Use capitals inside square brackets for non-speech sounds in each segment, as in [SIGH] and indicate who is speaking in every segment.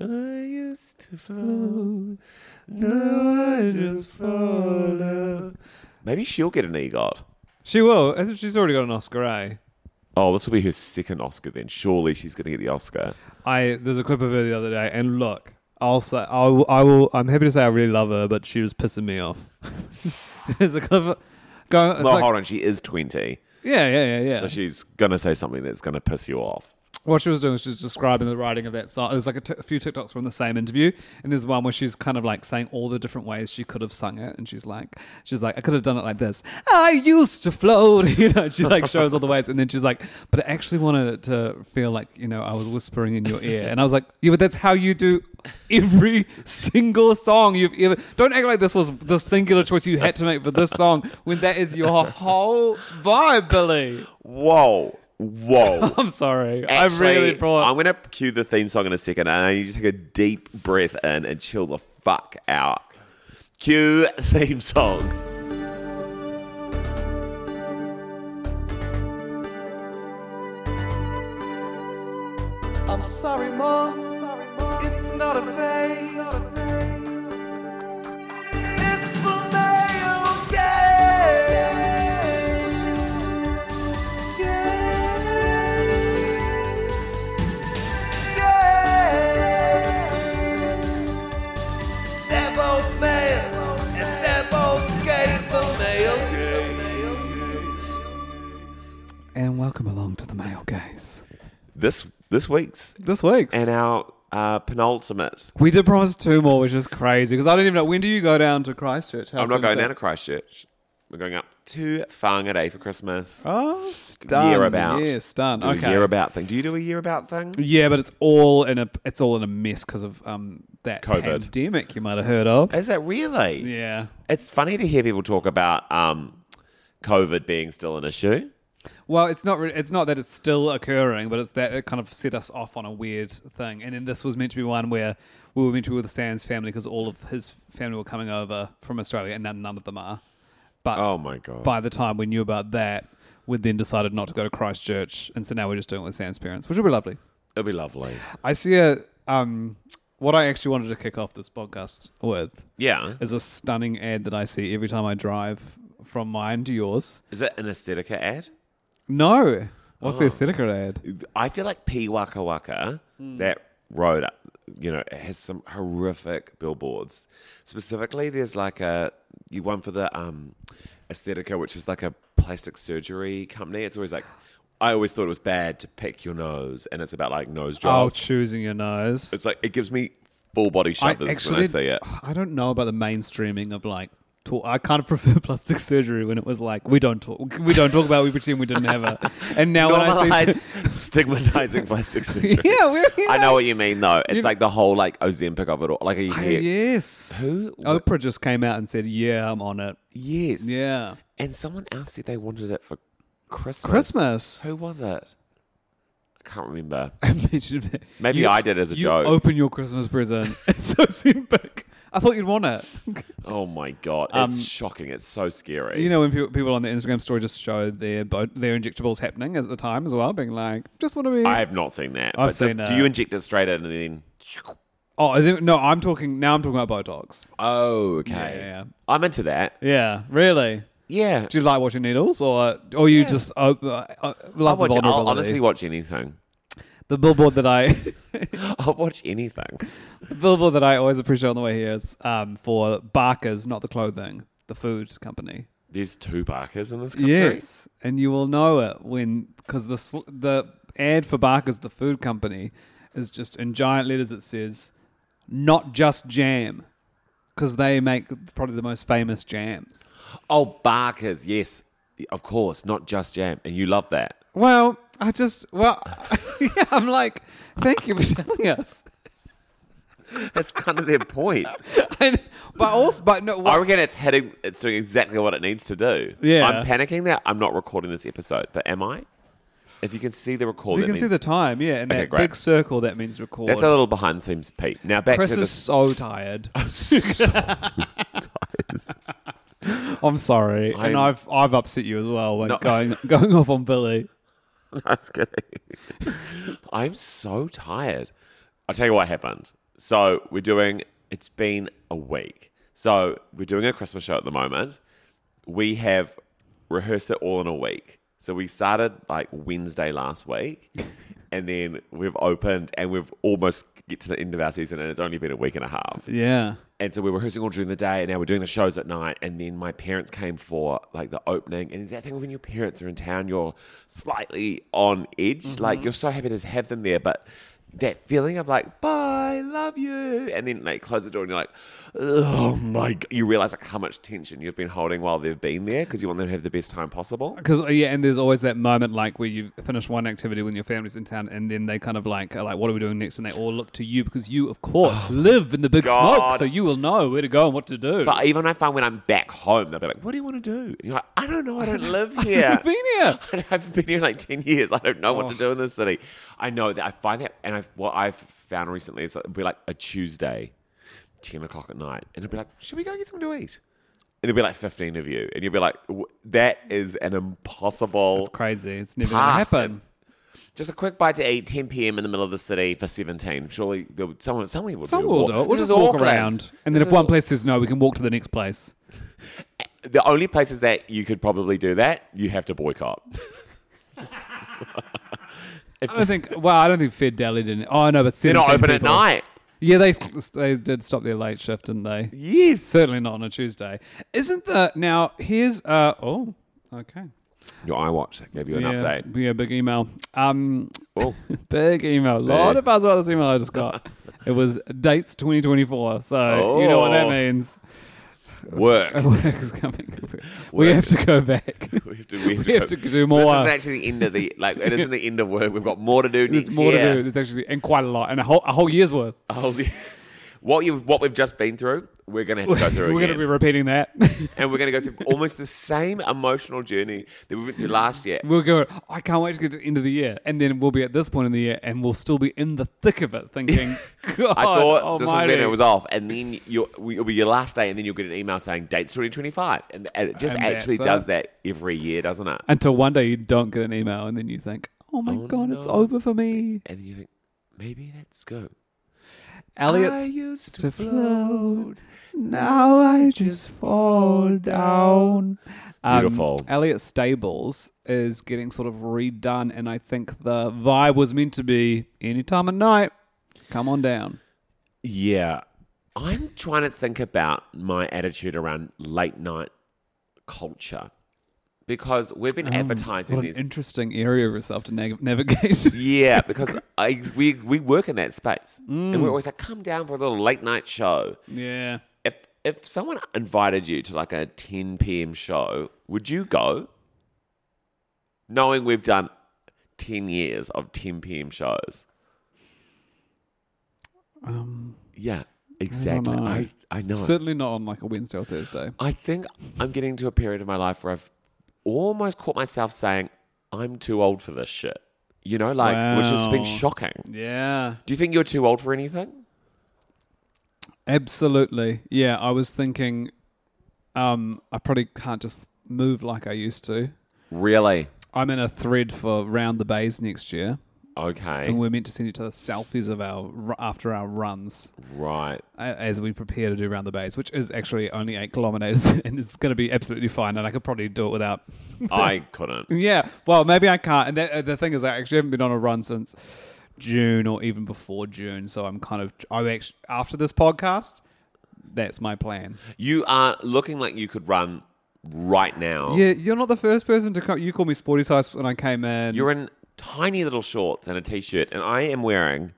Speaker 1: I used to float. Now I just follow. Maybe she'll get an EGOT.
Speaker 2: She will. as if She's already got an Oscar, eh?
Speaker 1: Oh, this will be her second Oscar then. Surely she's going to get the Oscar.
Speaker 2: I there's a clip of her the other day, and look, I'll say I will, I will I'm happy to say I really love her, but she was pissing me off. [LAUGHS] there's a clip of, going. it's
Speaker 1: No,
Speaker 2: like-
Speaker 1: hold on. She is 20.
Speaker 2: Yeah, yeah, yeah, yeah.
Speaker 1: So she's going to say something that's going to piss you off.
Speaker 2: what she was doing was she was describing the writing of that song. There's like a, t- a few TikToks from the same interview, and there's one where she's kind of like saying all the different ways she could have sung it, and she's like, she's like, I could have done it like this. I used to float, [LAUGHS] you know. She like shows all the ways, and then she's like, but I actually wanted it to feel like you know I was whispering in your ear, and I was like, yeah, but that's how you do every single song you've ever. Don't act like this was the singular choice you had to make for this song when that is your whole vibe, Billy.
Speaker 1: Whoa. [LAUGHS] Whoa.
Speaker 2: I'm sorry,
Speaker 1: Actually,
Speaker 2: I really brought.
Speaker 1: I'm going to cue the theme song in a second, and I need you to take a deep breath in and chill the fuck out. Cue theme song.
Speaker 2: I'm sorry, Mom. It's not a phase. It's the male gaze. Gaze. They're both male, and they're both gay, the male gaze. And welcome along to the male gaze.
Speaker 1: This this week's
Speaker 2: This week's.
Speaker 1: and our uh, penultimate.
Speaker 2: We did promise two more, which is crazy because I don't even know. When do you go down to Christchurch? How
Speaker 1: I'm not
Speaker 2: soon
Speaker 1: going
Speaker 2: is
Speaker 1: down to
Speaker 2: that?
Speaker 1: Christchurch. We're going up to Whangarei for Christmas.
Speaker 2: Oh, stun.
Speaker 1: Year about.
Speaker 2: Yeah, stun.
Speaker 1: Do
Speaker 2: okay.
Speaker 1: A year about thing. Do you do a year about thing?
Speaker 2: Yeah, but it's all in a it's all in a mess because of um that
Speaker 1: COVID.
Speaker 2: pandemic you might have heard of.
Speaker 1: Is that really?
Speaker 2: Yeah.
Speaker 1: It's funny to hear people talk about um, COVID being still an issue.
Speaker 2: Well, it's not re- it's not that it's still occurring, but it's that it kind of set us off on a weird thing. And then this was meant to be one where we were meant to be with Sam's family because all of his family were coming over from Australia, and none, none of them are. But
Speaker 1: Oh my God.
Speaker 2: By the time we knew about that, we then decided not to go to Christchurch, and so now we're just doing it with Sam's parents, which will be lovely.
Speaker 1: It'll be
Speaker 2: [SIGHS]
Speaker 1: lovely.
Speaker 2: I see a um, what I actually wanted to kick off this podcast with
Speaker 1: Yeah.
Speaker 2: is a stunning ad that I see every time I drive from mine to yours.
Speaker 1: Is it an Aesthetica ad?
Speaker 2: No, what's
Speaker 1: Oh.
Speaker 2: the aesthetic ad?
Speaker 1: I feel like P Waka Waka,
Speaker 2: Hmm.
Speaker 1: that road, you know, it has some horrific billboards. Specifically, there's like a you- one for the um, Aesthetica, which is like a plastic surgery company. It's always like, I always thought it was bad to pick your nose, and it's about like nose
Speaker 2: Oh,
Speaker 1: jobs.
Speaker 2: choosing your nose.
Speaker 1: it's like it gives me full body shudders when I see it.
Speaker 2: [SIGHS] I don't know about the mainstreaming of like. Talk. I kind of [LAUGHS] prefer plastic surgery when it was like we don't talk, we don't talk about, it, we pretend we didn't
Speaker 1: [LAUGHS]
Speaker 2: have it, and now [LAUGHS] when I see,
Speaker 1: Normalize [LAUGHS] stigmatizing plastic surgery.
Speaker 2: [LAUGHS] yeah, we're, you
Speaker 1: I know what you mean though. It's
Speaker 2: You-
Speaker 1: like the whole like Ozempic of it all. Like a
Speaker 2: Oh,
Speaker 1: year.
Speaker 2: yes.
Speaker 1: Who?
Speaker 2: Oprah just came out and said, "Yeah, I'm on it."
Speaker 1: Yes.
Speaker 2: Yeah.
Speaker 1: And someone else said they wanted it for Christmas.
Speaker 2: Christmas. [LAUGHS]
Speaker 1: Who was it? I can't remember.
Speaker 2: Imagine if that-
Speaker 1: Maybe I did as a
Speaker 2: you
Speaker 1: joke.
Speaker 2: Open your
Speaker 1: [LAUGHS]
Speaker 2: Christmas present. [LAUGHS] It's so Ozempic. I thought you'd want it.
Speaker 1: Oh my god, it's
Speaker 2: Um,
Speaker 1: shocking. It's so scary.
Speaker 2: You know when people, people on the Instagram story just show their bo- their injectables happening at the time as well, being like, "Just want to be."
Speaker 1: I have not seen that.
Speaker 2: I've
Speaker 1: but
Speaker 2: seen uh,
Speaker 1: does-
Speaker 2: that.
Speaker 1: Do you inject it straight in and then?
Speaker 2: oh, is it, no, I'm talking now. I'm talking about Botox.
Speaker 1: Oh, okay.
Speaker 2: Yeah, yeah.
Speaker 1: I'm into that.
Speaker 2: Yeah, really.
Speaker 1: Yeah.
Speaker 2: Do you like watching needles, or or you just uh, uh, uh,
Speaker 1: I'll,
Speaker 2: love the
Speaker 1: watch,
Speaker 2: vulnerability?
Speaker 1: I'll honestly watch
Speaker 2: [LAUGHS]
Speaker 1: anything.
Speaker 2: the billboard that I [LAUGHS]
Speaker 1: I'll watch anything.
Speaker 2: the billboard that I always appreciate on the way here is um, for Barker's, not the clothing, the food company.
Speaker 1: There's two Barkers in this country.
Speaker 2: Yes, and you will know it when because the sl- the ad for Barker's, the food company, is just in giant letters. It says, "Not just jam," because they make probably the most famous jams.
Speaker 1: Oh, Barkers. Yes, of course. Not just jam, and you love that.
Speaker 2: Well, I just well, [LAUGHS] yeah, I'm like, thank you for telling us. [LAUGHS]
Speaker 1: That's kind of their point.
Speaker 2: And, but also, but no,
Speaker 1: I
Speaker 2: what,
Speaker 1: reckon it's heading. It's doing exactly what it needs to do.
Speaker 2: Yeah.
Speaker 1: I'm panicking that I'm not recording this episode, but am I? If you can see the record,
Speaker 2: you
Speaker 1: that
Speaker 2: can see
Speaker 1: means-
Speaker 2: the time, yeah, and
Speaker 1: Okay,
Speaker 2: that
Speaker 1: great.
Speaker 2: big circle that means record.
Speaker 1: That's a little behind the scenes, Pete. Now back
Speaker 2: Chris
Speaker 1: to
Speaker 2: is
Speaker 1: the
Speaker 2: so [LAUGHS] tired.
Speaker 1: so
Speaker 2: I'm sorry,
Speaker 1: I'm-
Speaker 2: and I've I've upset you as well when
Speaker 1: No.
Speaker 2: going [LAUGHS] going off on Billy.
Speaker 1: I was kidding. I'm so tired. I'll tell you what happened. So we're doing. It's been a week. So we're doing a Christmas show at the moment. We have rehearsed it all in a week. So we started like Wednesday last week, and then we've opened, and we've almost get to the end of our season, and it's only been a week and a half.
Speaker 2: Yeah,
Speaker 1: And so we were rehearsing all during the day, and now we're doing the shows at night. And then my parents came for like the opening. And it's that thing when your parents are in town, you're slightly on edge. Like you're so happy to have them there, but that feeling of like bye, love you, and then they close the door, and you're like, oh my! God. You realize like how much tension you've been holding while they've been there because you want them to have the best time possible.
Speaker 2: because uh, yeah, and there's always that moment like where you finish one activity when your family's in town, and then they kind of like are like, what are we doing next? And they all look to you because you, of course, live in the big
Speaker 1: God.
Speaker 2: smoke, so you will know where to go and what to do.
Speaker 1: But even I find when I'm back home, they'll be like, "What do you want to do?" And you're like, "I don't know. I
Speaker 2: [LAUGHS]
Speaker 1: don't live here.
Speaker 2: been here.
Speaker 1: [LAUGHS]
Speaker 2: Oh.
Speaker 1: I haven't been here in like ten years. I don't know what to do in this city. I know that I find that, and I what I've found recently is that it'll be like a Tuesday, ten o'clock at night, and I'll be like, "Should we go get something to eat?" And there'll be like fifteen of you, and you'll be like, "W- "That is an impossible."
Speaker 2: it's crazy. It's never gonna
Speaker 1: Task.
Speaker 2: happen.
Speaker 1: Just a quick bite to eat, ten p.m. in the middle of the city for seventeen. Surely there'll, someone, someone will.
Speaker 2: Some
Speaker 1: do a
Speaker 2: will
Speaker 1: walk.
Speaker 2: do it. We'll
Speaker 1: This
Speaker 2: just
Speaker 1: is
Speaker 2: walk
Speaker 1: Auckland.
Speaker 2: around, and
Speaker 1: This
Speaker 2: then if
Speaker 1: is
Speaker 2: one
Speaker 1: Au-
Speaker 2: place says no, we can walk to the next place.
Speaker 1: The only places that you could probably do that, you have to
Speaker 2: [LAUGHS]
Speaker 1: boycott.
Speaker 2: I don't think. Well, I don't think Fed Deli didn't. Oh no, but
Speaker 1: They're not
Speaker 2: 17
Speaker 1: open at
Speaker 2: people.
Speaker 1: night.
Speaker 2: Yeah, they they did stop their late shift, didn't they?
Speaker 1: Yes.
Speaker 2: Certainly not on a Tuesday. Isn't the now? Here's uh oh, okay.
Speaker 1: Your iWatch that gave you an
Speaker 2: yeah, [LAUGHS]
Speaker 1: update.
Speaker 2: Yeah, big email. Um,
Speaker 1: Oh,
Speaker 2: big email. A lot of buzz about this email I
Speaker 1: [LAUGHS]
Speaker 2: just got. it was dates 2024. So you know what that
Speaker 1: Oh.
Speaker 2: means. [LAUGHS]
Speaker 1: work.
Speaker 2: Work is
Speaker 1: [LAUGHS]
Speaker 2: coming. We have to go back.
Speaker 1: We have to, we have
Speaker 2: [LAUGHS] We have
Speaker 1: go-
Speaker 2: to do more.
Speaker 1: This is actually the end of the like. It isn't the end of work. We've got more to do
Speaker 2: There's
Speaker 1: next
Speaker 2: more
Speaker 1: year.
Speaker 2: to do. There's actually and quite a lot and a whole a whole year's worth.
Speaker 1: Oh, yeah. what you what we've just been through, we're gonna have
Speaker 2: [LAUGHS]
Speaker 1: to go through
Speaker 2: We're going
Speaker 1: again,
Speaker 2: to be repeating that.
Speaker 1: [LAUGHS] and we're gonna go through almost the same emotional journey that we went through last year.
Speaker 2: [LAUGHS] We'll go, I can't wait to get to the end of the year. And then we'll be at this point in the year and we'll still be in the thick of
Speaker 1: [LAUGHS]
Speaker 2: it thinking, [LAUGHS] God,
Speaker 1: I thought
Speaker 2: almighty.
Speaker 1: this was when it was off, and then you'll, it'll be your last day, and then you'll get an email saying dates 2025, and, and it just
Speaker 2: And that's
Speaker 1: actually
Speaker 2: it.
Speaker 1: does that every year, doesn't it?
Speaker 2: Until one day you don't get an email and then you think, oh my God, it's over for me.
Speaker 1: And you think maybe that's good. I
Speaker 2: Elliot's
Speaker 1: used
Speaker 2: to float. Now I just fall down. Um,
Speaker 1: Beautiful.
Speaker 2: Elliot Stables is getting sort of redone, and I think the vibe was meant to be any time of night. Come on down.
Speaker 1: Yeah. I'm trying to think about my attitude around late night culture because we've been advertising
Speaker 2: Um, What an
Speaker 1: this.
Speaker 2: interesting area of yourself to nav- navigate. [LAUGHS]
Speaker 1: yeah, because I, we, we work in that space.
Speaker 2: Mm.
Speaker 1: And we're always like, come down for a little late night show.
Speaker 2: yeah.
Speaker 1: If, if someone invited you to like a 10 p.m. show, would you go? Knowing we've done 10 years of 10 p.m. shows.
Speaker 2: Um,
Speaker 1: Yeah, exactly.
Speaker 2: know.
Speaker 1: I, I know.
Speaker 2: Certainly not on like a Wednesday or Thursday.
Speaker 1: I think I'm getting to a period of my life where I've almost caught myself saying, I'm too old for this shit. You know, like, which has been
Speaker 2: Wow.
Speaker 1: shocking.
Speaker 2: Yeah.
Speaker 1: Do you think you're too old for anything?
Speaker 2: Absolutely. Yeah, I was thinking um, I probably can't just move like I used to.
Speaker 1: Really?
Speaker 2: I'm in a thread for Round the Bays next year, and
Speaker 1: Okay.
Speaker 2: we're meant to send each other selfies of our ru- after our runs [LAUGHS]
Speaker 1: Right.
Speaker 2: a- as we prepare to do Round the Bays, which is actually only eight kilometers, [LAUGHS] and it's going to be absolutely fine. And I could probably do it without.
Speaker 1: I couldn't.
Speaker 2: yeah, well, maybe I can't. And that, uh, the thing is, I actually haven't been on a run since June or even before June, so I'm kind of. I actually after this podcast, that's my plan.
Speaker 1: You are looking like you could run right now.
Speaker 2: Yeah, you're not the first person to call. You call me sporty size when I came in.
Speaker 1: You're in tiny little shorts and a t shirt, and I am wearing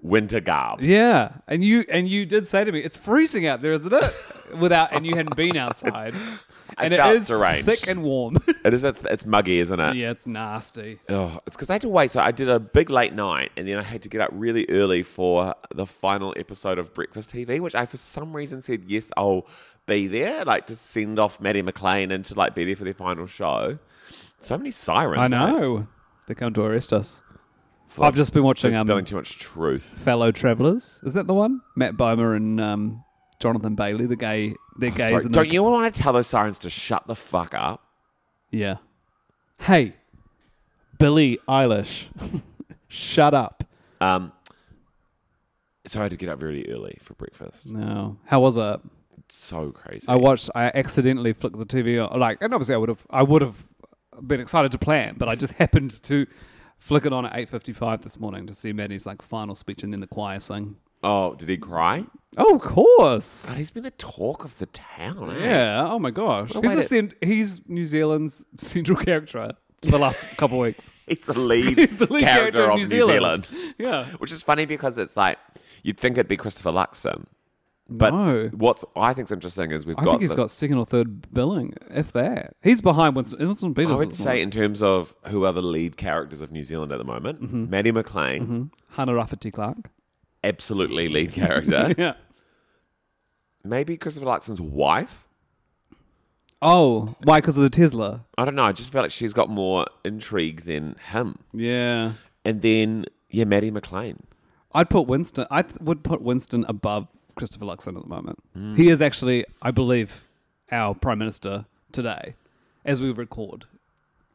Speaker 1: winter garb.
Speaker 2: Yeah,
Speaker 1: [LAUGHS]
Speaker 2: and you and you did say to me, "It's freezing out there, isn't it?" Without and you hadn't been outside.
Speaker 1: I
Speaker 2: and it
Speaker 1: felt
Speaker 2: is
Speaker 1: deranged.
Speaker 2: thick and warm. [LAUGHS]
Speaker 1: It is. A th- it's muggy, isn't it?
Speaker 2: yeah, it's nasty.
Speaker 1: Oh, it's because I had to wait. So I did a big late night, and then I had to get up really early for the final episode of Breakfast TV, which I, for some reason, said yes, I'll be there, like to send off Maddie McLean and to like be there for their final show. So many sirens.
Speaker 2: I
Speaker 1: eh?
Speaker 2: know. They come to arrest us.
Speaker 1: For-
Speaker 2: I've just been
Speaker 1: for
Speaker 2: watching um,
Speaker 1: spilling too much truth.
Speaker 2: Fellow Travelers. Is that the one? Matt Bomer and um, Jonathan Bailey, the gay, they're gays.
Speaker 1: Sorry,
Speaker 2: and
Speaker 1: don't
Speaker 2: they're-
Speaker 1: you want to tell those sirens to shut the fuck up?
Speaker 2: Yeah. Hey, Billie Eilish, [LAUGHS] shut up.
Speaker 1: Um, so I had to get up really early for breakfast.
Speaker 2: No. How was it?
Speaker 1: It's so crazy.
Speaker 2: I watched. I accidentally flicked the TV on, like, and obviously I would have. I would have been excited to plan, but I just [LAUGHS] happened to flick it on at eight fifty-five this morning to see Maddie's like final speech and then the choir sing.
Speaker 1: oh, did he cry?
Speaker 2: Oh, of course.
Speaker 1: God, he's been the talk of the town. eh?
Speaker 2: Yeah. Oh my gosh.
Speaker 1: Well,
Speaker 2: He's,
Speaker 1: wait
Speaker 2: the
Speaker 1: a-
Speaker 2: cent- he's New Zealand's [LAUGHS] central character for the last couple weeks.
Speaker 1: He's the lead,
Speaker 2: [LAUGHS] He's the lead
Speaker 1: character,
Speaker 2: in
Speaker 1: of New Zealand.
Speaker 2: Yeah.
Speaker 1: Which is funny because it's like you'd think it'd be Christopher Luxon. But
Speaker 2: No.
Speaker 1: what's I think's interesting is we've
Speaker 2: I
Speaker 1: got
Speaker 2: think he's
Speaker 1: the-
Speaker 2: got second or third billing, if that. He's behind Winston, Winston Peters.
Speaker 1: I would
Speaker 2: this
Speaker 1: say
Speaker 2: morning.
Speaker 1: in terms of who are the lead characters of New Zealand at the moment,
Speaker 2: Mm-hmm.
Speaker 1: Maddie McLean,
Speaker 2: Hannah Rafferty Clark.
Speaker 1: absolutely lead character.
Speaker 2: [LAUGHS] Yeah.
Speaker 1: Maybe Christopher Luxon's wife.
Speaker 2: Oh, why? Because of the Tesla.
Speaker 1: I don't know. I just feel like she's got more intrigue than him.
Speaker 2: Yeah.
Speaker 1: And then yeah, Maddie McLean.
Speaker 2: I'd put Winston. I th- would put Winston above Christopher Luxon at the moment.
Speaker 1: Hmm.
Speaker 2: He is actually, I believe, our prime minister today, as we record.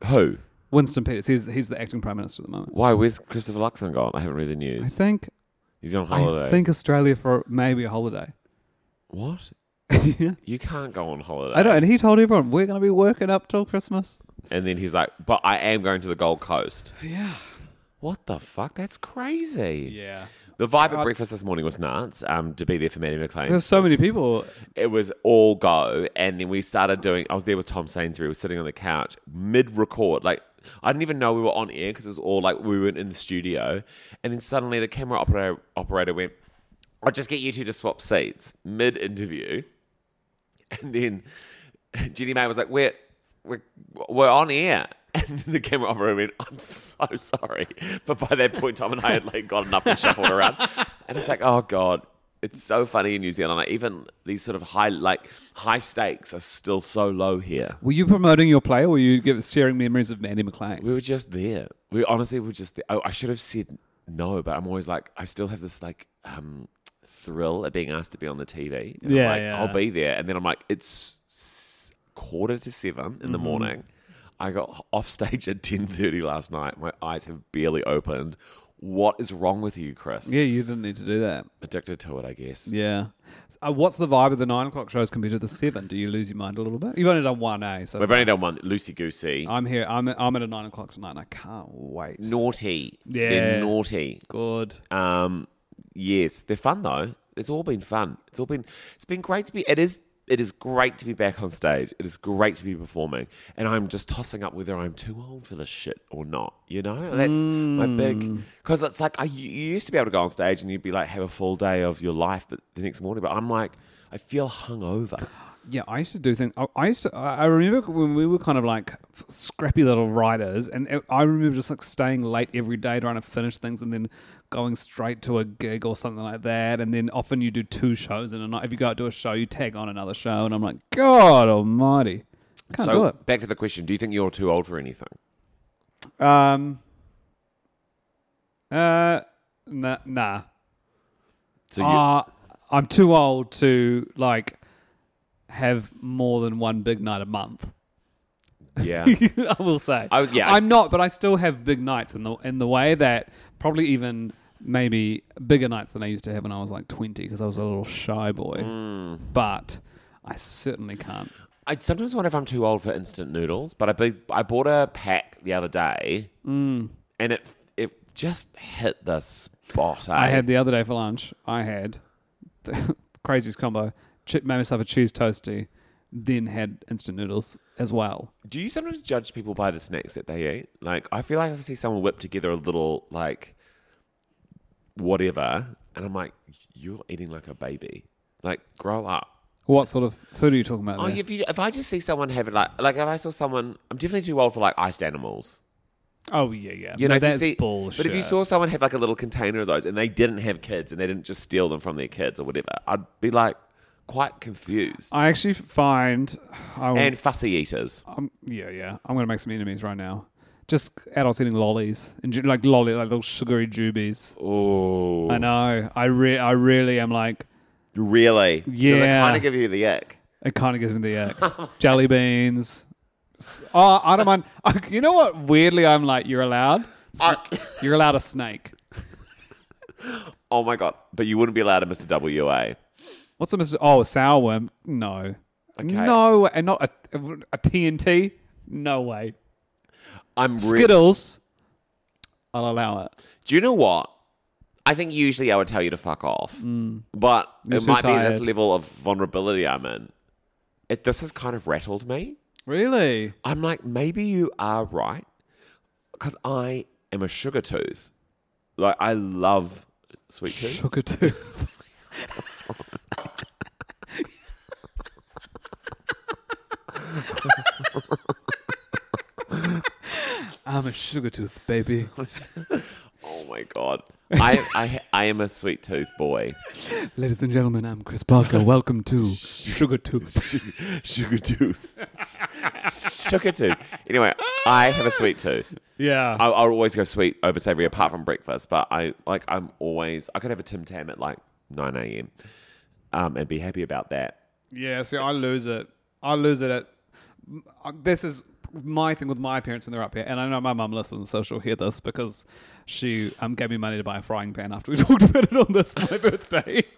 Speaker 1: Who?
Speaker 2: Winston Peters. He's he's the acting prime minister at the moment.
Speaker 1: Why? Where's Christopher Luxon gone? I haven't read the
Speaker 2: I
Speaker 1: news.
Speaker 2: think
Speaker 1: He's on holiday.
Speaker 2: I think Australia for maybe a holiday.
Speaker 1: what?
Speaker 2: [LAUGHS] yeah.
Speaker 1: You can't go on holiday.
Speaker 2: I know, and he told everyone we're going to be working up till Christmas.
Speaker 1: And then he's like, "But I am going to the Gold Coast."
Speaker 2: Yeah.
Speaker 1: What the fuck? That's crazy.
Speaker 2: Yeah.
Speaker 1: The vibe at breakfast this morning was nuts. Um, to be there for Maddie McLean,
Speaker 2: There's so many people.
Speaker 1: it was all go. And then we started doing. I was there with Tom Sainsbury. We were sitting on the couch mid-record, like. I didn't even know we were on air because it was all like we weren't in the studio. And then suddenly the camera operator, operator went, I'll just get you two to swap seats mid interview. [LAUGHS] And then Jenny May was like, "We're we're we're on air." [LAUGHS] And the camera operator went, "I'm so sorry," but by that point, Tom and I had like gotten up and shuffled around, and it's like, "Oh God." It's so funny in New Zealand. Like even these sort of high, like high stakes, are still so low here.
Speaker 2: Were you promoting your play, or were you give, sharing memories of Mandy McLean?
Speaker 1: We were just there. We honestly were just there. I, I should have said no, but I'm always like, I still have this like um, thrill at being asked to be on the TV. And I'm
Speaker 2: Yeah,
Speaker 1: like,
Speaker 2: yeah.
Speaker 1: I'll be there. And then I'm like, it's s- quarter to seven in
Speaker 2: Mm-hmm.
Speaker 1: the morning. I got h- off stage at 10.30 last night. My eyes have barely opened. What is wrong with you, Chris?
Speaker 2: Yeah, you didn't need to do that.
Speaker 1: Addicted to it, I guess.
Speaker 2: Yeah. Uh, what's the vibe of the nine o'clock shows compared to the seven? Do you lose your mind a little bit? You've only done one, eh? So
Speaker 1: We've only done one, Loosey Goosey.
Speaker 2: I'm here. I'm I'm at a nine o'clock tonight. and I can't wait.
Speaker 1: naughty. They're
Speaker 2: Yeah.
Speaker 1: naughty.
Speaker 2: Good.
Speaker 1: Um, yes, they're fun though. It's all been fun. It's all been it's been great to be. It is it is great to be back on stage. It is great to be performing, and I'm just tossing up whether I'm too old for this shit or not. You know, that's my
Speaker 2: Hmm.
Speaker 1: big because it's like I you you used to be able to go on stage and you'd be like have a full day of your life, but the next morning. But I'm like I feel hungover.
Speaker 2: Yeah, I used to do things. I, I used to. I I remember when we were kind of like scrappy little writers, and it- I remember just like staying late every day trying to finish things, and then going straight to a gig or something like that. And then often you do two shows in a night. If you go out to a show, you tag on another show, and I'm like, God Almighty, can't do
Speaker 1: So
Speaker 2: it.
Speaker 1: back to the question: Do you think you're too old for anything?
Speaker 2: Um. Uh. Nah. Nah.
Speaker 1: So you,
Speaker 2: Uh, I'm too old to like have more than one big night a month.
Speaker 1: yeah,
Speaker 2: [LAUGHS] I will say.
Speaker 1: I was- yeah, I-
Speaker 2: I'm not, but I still have big nights in the in the way that probably even maybe bigger nights than I used to have when I was like 20 because I was a little shy boy.
Speaker 1: Mm.
Speaker 2: But I certainly can't.
Speaker 1: I sometimes wonder if I'm too old for instant noodles, but I be, I bought a pack the other day,
Speaker 2: Mm.
Speaker 1: and it it just hit the spot. Eh?
Speaker 2: I had the other day for lunch. I had the [LAUGHS] craziest combo: Ch- made myself a cheese toasty, then had instant noodles as well.
Speaker 1: Do you sometimes judge people by the snacks that they eat? Like I feel like I see someone whip together a little like whatever, and I'm like, you're eating like a baby. Like grow up.
Speaker 2: What sort of food are you talking about?
Speaker 1: Oh,
Speaker 2: there?
Speaker 1: if, you, if I just see someone having like like if I saw someone, I'm definitely too old for like iced animals.
Speaker 2: oh yeah, yeah.
Speaker 1: You know,
Speaker 2: no,
Speaker 1: if you
Speaker 2: that's
Speaker 1: see-
Speaker 2: bullshit.
Speaker 1: But if you saw someone have like a little container of those and they didn't have kids and they didn't just steal them from their kids or whatever, I'd be like quite confused.
Speaker 2: I actually find, I will,
Speaker 1: and fussy eaters.
Speaker 2: I'm, yeah, yeah. I'm gonna make some enemies right now. Just adults eating lollies and ju- like lolly, like little sugary jubies.
Speaker 1: Oh,
Speaker 2: I know. I re- I really am like.
Speaker 1: really? 'Cause they
Speaker 2: Yeah.
Speaker 1: kind of give you the ick.
Speaker 2: It kind of gives me the ick. Jelly beans. S- Oh, I don't mind. [LAUGHS] Oh, You know what? Weirdly, I'm like, you're allowed.
Speaker 1: I-
Speaker 2: [LAUGHS] You're allowed a snake.
Speaker 1: oh my god! But you wouldn't be allowed a Mr. WA.
Speaker 2: What's a Mr. Oh, a sour worm? No.
Speaker 1: Okay.
Speaker 2: No, and not a, a TNT? No way.
Speaker 1: I'm really.
Speaker 2: Skittles? I'll allow it.
Speaker 1: Do you know what? I think usually I would tell you to fuck off, but it
Speaker 2: Mm. too
Speaker 1: might be this
Speaker 2: tired.
Speaker 1: level of vulnerability I'm in. It, this has kind of rattled me.
Speaker 2: Really?
Speaker 1: I'm like, maybe you are right, because I am a sugar tooth. Like I love sweet tooth.
Speaker 2: Sugar too. I'm a sugar tooth, baby.
Speaker 1: Oh my god, I, I I am a sweet tooth
Speaker 2: [LAUGHS]
Speaker 1: boy.
Speaker 2: Ladies and gentlemen, I'm Chris Parker. Welcome to Sugar Tooth.
Speaker 1: Sugar tooth. sugar tooth. Anyway, I have a sweet tooth.
Speaker 2: Yeah.
Speaker 1: I, I'll always go sweet over savory apart from breakfast, but I like I'm always I could have a Tim Tam at like 9 a.m. Um, and be happy about that.
Speaker 2: yeah, see, I lose it. I lose it at. uh, This is my thing with my parents when they're up here. And I know my mum listens, so she'll hear this because she um, gave me money to buy a frying pan after we [LAUGHS] talked about it on this, my birthday. [LAUGHS]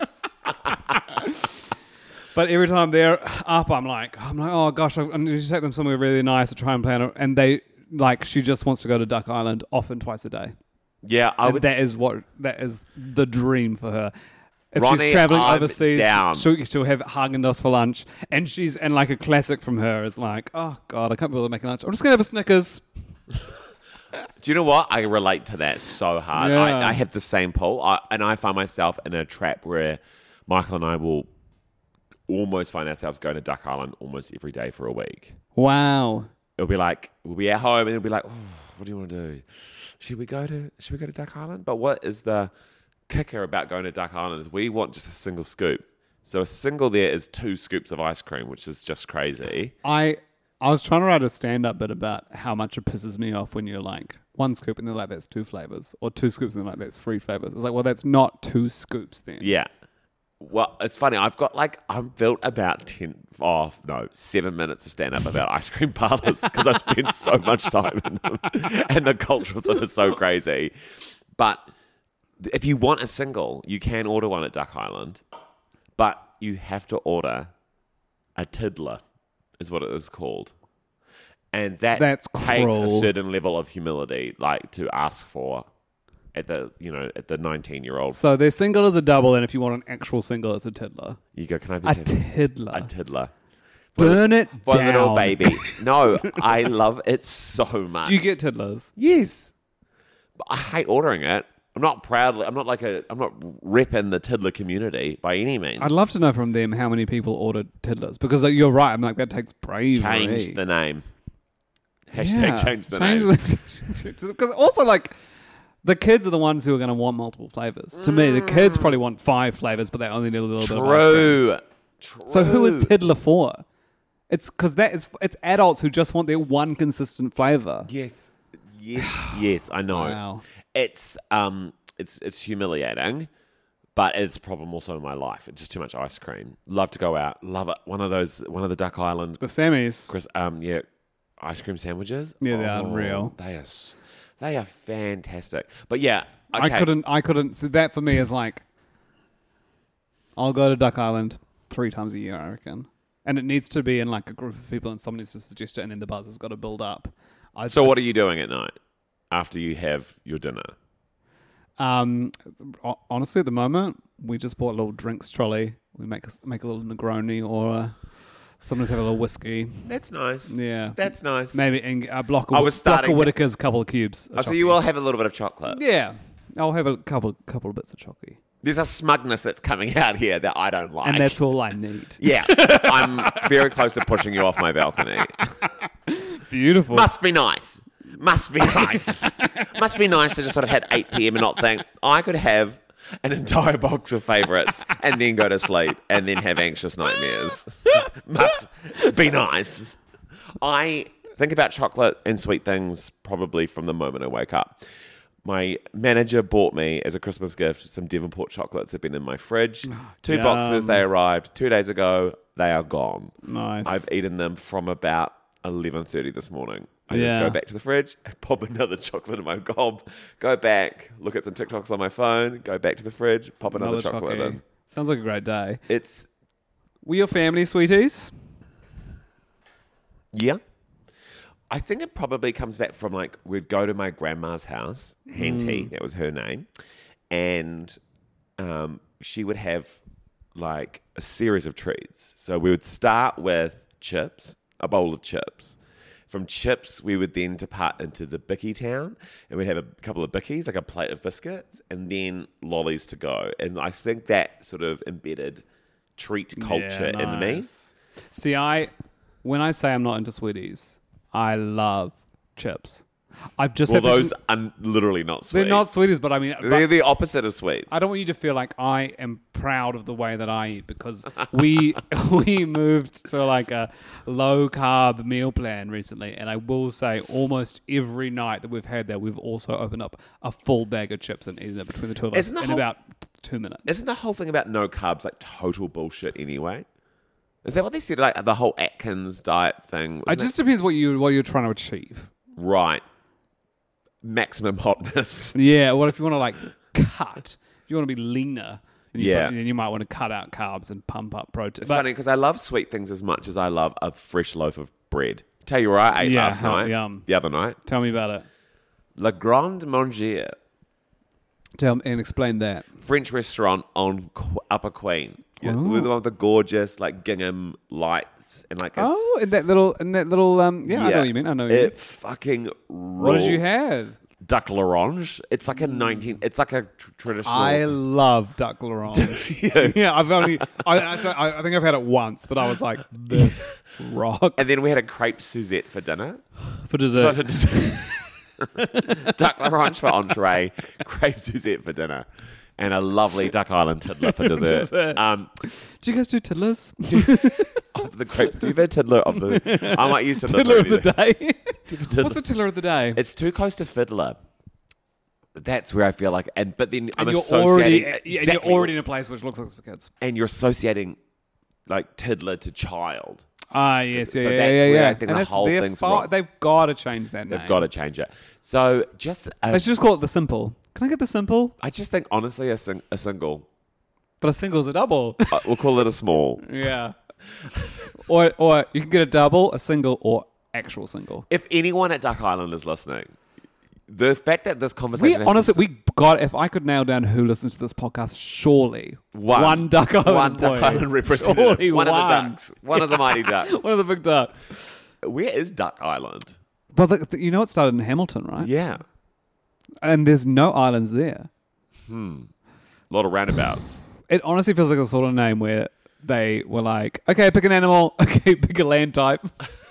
Speaker 2: But every time they're up, I'm like, I'm like, oh gosh, I I need to take them somewhere really nice to try and plan. it. And they like, she just wants to go to Duck Island often twice a day.
Speaker 1: Yeah, I
Speaker 2: And
Speaker 1: would
Speaker 2: that is what that is the dream for her. If
Speaker 1: Ronnie,
Speaker 2: she's traveling
Speaker 1: I'm
Speaker 2: overseas,
Speaker 1: down.
Speaker 2: She'll, she'll have Haagen-Dazs for lunch, and she's and like a classic from her is like, oh god, I can't be able to make lunch. I'm just gonna have a Snickers.
Speaker 1: Do you know what? I relate to that so hard.
Speaker 2: Yeah.
Speaker 1: I, I have the same pull, I, and I find myself in a trap where Michael and I will almost find ourselves going to Duck Island almost every day for a week.
Speaker 2: Wow.
Speaker 1: It'll be like we'll be at home, and it'll be like, "Oh, what do you want to do? Should we go to Should we go to Duck Island? But what is the kicker about going to Duck Island is we want just a single scoop. So a single there is two scoops of ice cream, which is just crazy.
Speaker 2: I I was trying to write a stand-up bit about how much it pisses me off when you're like one scoop and they're like that's two flavors, or two scoops and they're like that's three flavors. It's like, well, that's not two scoops then.
Speaker 1: Yeah. Well, it's funny. I've got like I'm built about ten, oh no, seven minutes of stand up about ice cream parlors [LAUGHS] because I've spent so much time in them, [LAUGHS] and the culture of them is so crazy. But if you want a single, you can order one at Duck Island, but you have to order a tiddler, is what it is called, and that
Speaker 2: That's
Speaker 1: takes a
Speaker 2: cruel.
Speaker 1: certain level of humility, like to ask for at the you know at the nineteen year old.
Speaker 2: So their single is a double, and if you want an actual single, it's a tiddler.
Speaker 1: You go, can I
Speaker 2: A
Speaker 1: please have
Speaker 2: tiddler.
Speaker 1: a tiddler.
Speaker 2: Burn it
Speaker 1: For a little
Speaker 2: down.
Speaker 1: baby.
Speaker 2: [LAUGHS]
Speaker 1: No, I love it so much.
Speaker 2: Do you get tiddlers?
Speaker 1: yes. But I hate ordering it. I'm not proudly, I'm not like a, I'm not repping the tiddler community by any means.
Speaker 2: I'd love to know from them how many people ordered tiddlers because like, you're right. I'm like that takes bravery.
Speaker 1: change the name. Hashtag [LAUGHS]
Speaker 2: Yeah.
Speaker 1: change the name.
Speaker 2: [LAUGHS] Because also like the kids are the ones who are going to want multiple flavors. To me, the kids probably want five flavors, but they only need a little bit of ice cream.
Speaker 1: True. True.
Speaker 2: So who is tiddler for? It's because that is it's adults who just want their one consistent flavor.
Speaker 1: Yes. Yes. yes, I know.
Speaker 2: Wow.
Speaker 1: It's um it's it's humiliating, but it's a problem also in my life. It's just too much ice cream. Love to go out. Love it. One of those one of the Duck Island
Speaker 2: The Sammys.
Speaker 1: Chris um yeah, ice cream sandwiches. Oh,
Speaker 2: Yeah, they are unreal.
Speaker 1: They are s- they are fantastic. But yeah,
Speaker 2: I
Speaker 1: okay.
Speaker 2: couldn't. I couldn't. So that for me is like, I'll go to Duck Island three times a year, I reckon, and it needs to be in like a group of people, and someone needs to suggest it, and then the buzz has got to build up. I
Speaker 1: So what are you doing at night after you have your dinner?
Speaker 2: Um, ho- honestly, at the moment, we just bought a little drinks trolley. We make a- make a little Negroni or uh, sometimes have a little whiskey.
Speaker 1: That's nice.
Speaker 2: Yeah.
Speaker 1: That's nice.
Speaker 2: Maybe in a block of,
Speaker 1: I was
Speaker 2: block
Speaker 1: starting to-
Speaker 2: of Whitaker's couple of cubes. of
Speaker 1: Oh, so you
Speaker 2: chocolate.
Speaker 1: will have a little bit of chocolate.
Speaker 2: Yeah, I'll have a couple couple of bits of chocolate.
Speaker 1: There's a smugness that's coming [LAUGHS] out here that I don't like.
Speaker 2: and that's all I
Speaker 1: [LAUGHS]
Speaker 2: need. [LAUGHS]
Speaker 1: Yeah, I'm very close to pushing you off my balcony.
Speaker 2: Beautiful.
Speaker 1: Must be nice. Must be nice. Must be nice to just sort of hit 8 p.m. and not think I could have an entire box of favorites and then go to sleep and then have anxious nightmares. Must be nice. I think about chocolate and sweet things probably from the moment I wake up. My manager bought me as a Christmas gift some Devonport chocolates that have been in my fridge. Two boxes, they arrived two days ago, they are gone.
Speaker 2: Nice.
Speaker 1: I've eaten them from about eleven thirty this morning. I just
Speaker 2: Yeah.
Speaker 1: go back to the fridge, I [LAUGHS] pop another chocolate in my gob, go back, look at some TikToks on my phone, go back to the fridge, pop another,
Speaker 2: Another
Speaker 1: chocolate
Speaker 2: chockey.
Speaker 1: in.
Speaker 2: Sounds like a great day.
Speaker 1: It's
Speaker 2: Were your family sweeties?
Speaker 1: yeah. I think it probably comes back from like we'd go to my grandma's house,
Speaker 2: Mm.
Speaker 1: Henty, that was her name, and um, she would have like a series of treats. So we would start with chips, a bowl of chips. From chips, we would then depart into the Bicky town and we'd have a couple of Bickies, like a plate of biscuits, and then lollies to go. And I think that sort of embedded treat culture
Speaker 2: Yeah,
Speaker 1: in me.
Speaker 2: nice. See, I when I say I'm not into sweeties, I love chips. I've just
Speaker 1: Well,
Speaker 2: had this-
Speaker 1: those are literally not sweet.
Speaker 2: they're not sweeties, but I mean, but
Speaker 1: They're the opposite of sweets.
Speaker 2: I don't want you to feel like I am proud of the way that I eat because we [LAUGHS] we moved to like a low carb meal plan recently, and I will say almost every night that we've had that, we've also opened up a full bag of chips and eaten it between the two of us
Speaker 1: Isn't the
Speaker 2: in
Speaker 1: whole-
Speaker 2: about two minutes.
Speaker 1: Isn't the whole thing about no carbs like total bullshit anyway? Is that what they said? Like the whole Atkins diet thing.
Speaker 2: It
Speaker 1: wasn't
Speaker 2: just depends what you what you're trying to achieve.
Speaker 1: it? right. Maximum [LAUGHS] hotness.
Speaker 2: Yeah. Well, if you want to like cut, if you want to be leaner, then you,
Speaker 1: Yeah.
Speaker 2: prob- then you might want to cut out carbs and pump up protein.
Speaker 1: It's funny because I love sweet things as much as I love a fresh loaf of bread. Tell you what I ate
Speaker 2: Yeah,
Speaker 1: last
Speaker 2: how
Speaker 1: night,
Speaker 2: yum.
Speaker 1: the other night,
Speaker 2: Tell me about it.
Speaker 1: La Grande Manger,
Speaker 2: Tell me and explain that.
Speaker 1: French restaurant on Qu- Upper Queen, you know, with all the gorgeous like gingham lights and like. It's,
Speaker 2: Oh, in that little, in that little, um, yeah, I know what you mean. I know what you
Speaker 1: it
Speaker 2: mean.
Speaker 1: fucking.
Speaker 2: What did you
Speaker 1: ruled.
Speaker 2: have?
Speaker 1: duck l'orange. It's like a nineteen. It's like a tr- traditional.
Speaker 2: Mm. I love duck l'orange. [LAUGHS] yeah. I've only, I, I, I think I've had it once, but I was [LAUGHS] like, this rocks.
Speaker 1: and then we had a crepe Suzette for
Speaker 2: [LAUGHS]
Speaker 1: dinner.
Speaker 2: for dessert,
Speaker 1: [LAUGHS] duck l'orange for entree, crepe Suzette for dinner, and a lovely duck island tiddler
Speaker 2: [LAUGHS]
Speaker 1: for dessert. Um,
Speaker 2: do you guys do tiddlers?
Speaker 1: of the crepe, do you have a tiddler of the? I might use tiddler,
Speaker 2: [LAUGHS] tiddler of
Speaker 1: maybe.
Speaker 2: the day.
Speaker 1: Tiddler.
Speaker 2: What's the tiddler of the day?
Speaker 1: It's too close to fiddler. That's where I feel like, and but then I'm
Speaker 2: you're already,
Speaker 1: associating
Speaker 2: and
Speaker 1: exactly.
Speaker 2: you're already in a place which looks like it's for kids.
Speaker 1: and you're associating like tiddler to child.
Speaker 2: Ah, yes,
Speaker 1: So
Speaker 2: yeah, yeah,
Speaker 1: that's
Speaker 2: yeah,
Speaker 1: where
Speaker 2: yeah.
Speaker 1: I think the
Speaker 2: that's
Speaker 1: whole
Speaker 2: their
Speaker 1: thing's
Speaker 2: fault.
Speaker 1: wrong.
Speaker 2: They've got to change that name.
Speaker 1: They've got to change it. So just a
Speaker 2: Let's just call it the simple. Can I get the simple?
Speaker 1: I just think, honestly, a, sing- a single.
Speaker 2: But a single's
Speaker 1: [LAUGHS]
Speaker 2: a double.
Speaker 1: Uh, we'll call it a small.
Speaker 2: yeah. or or you can get a double, a single, or actual single.
Speaker 1: If anyone at Duck Island is listening, the fact that this
Speaker 2: We
Speaker 1: conversation has
Speaker 2: honestly, we got. If I could nail down who listens to this podcast, surely
Speaker 1: One.
Speaker 2: Duck Island,
Speaker 1: one Duck
Speaker 2: boy.
Speaker 1: Island representative,
Speaker 2: Surely
Speaker 1: one, of the ducks, one of the mighty ducks.
Speaker 2: [LAUGHS] one of the big ducks.
Speaker 1: Where is Duck Island?
Speaker 2: But the, the- you know, it started in Hamilton, right?
Speaker 1: Yeah,
Speaker 2: And there's no islands there.
Speaker 1: a lot of roundabouts.
Speaker 2: It honestly feels like the sort of name where they were like, okay, pick an animal. [LAUGHS] Okay, pick a land type. [LAUGHS]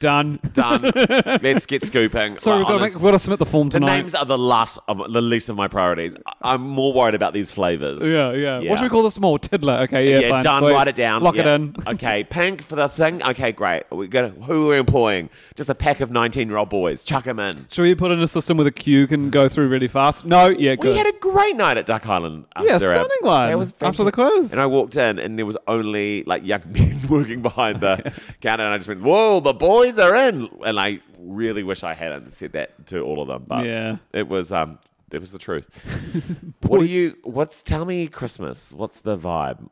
Speaker 2: Done.
Speaker 1: Done.
Speaker 2: [LAUGHS]
Speaker 1: Let's get scooping. Like,
Speaker 2: Sorry, we've, got to make,
Speaker 1: honest-
Speaker 2: we've got to submit the form
Speaker 1: the
Speaker 2: tonight.
Speaker 1: names are the last, of, the least of my priorities. I- I'm more worried about these flavors.
Speaker 2: [LAUGHS] Yeah, yeah,
Speaker 1: Yeah.
Speaker 2: What should we call this more? Tiddler. Okay, yeah,
Speaker 1: yeah,
Speaker 2: fine.
Speaker 1: done.
Speaker 2: Sweet.
Speaker 1: Write it down.
Speaker 2: Lock it
Speaker 1: Yeah.
Speaker 2: in. [LAUGHS]
Speaker 1: okay, pink for the thing. Okay, great. We got who we're employing? Just a pack of nineteen-year-old boys. Chuck them in.
Speaker 2: Should we put in a system with a queue can go through really fast? No, yeah, good.
Speaker 1: Mm. We had a great night at Duck Island. After
Speaker 2: Yeah,
Speaker 1: our-
Speaker 2: stunning one.
Speaker 1: It was
Speaker 2: After the
Speaker 1: fantastic.
Speaker 2: quiz.
Speaker 1: and I walked in, and there was only like young [LAUGHS] men working behind the
Speaker 2: [LAUGHS]
Speaker 1: counter, and I just went, "Whoa, the boys are in!" And I really wish I hadn't said that to all of them, but [LAUGHS]
Speaker 2: Yeah. [LAUGHS]
Speaker 1: it was um, it was the truth. what do you? What's tell me Christmas? What's the vibe?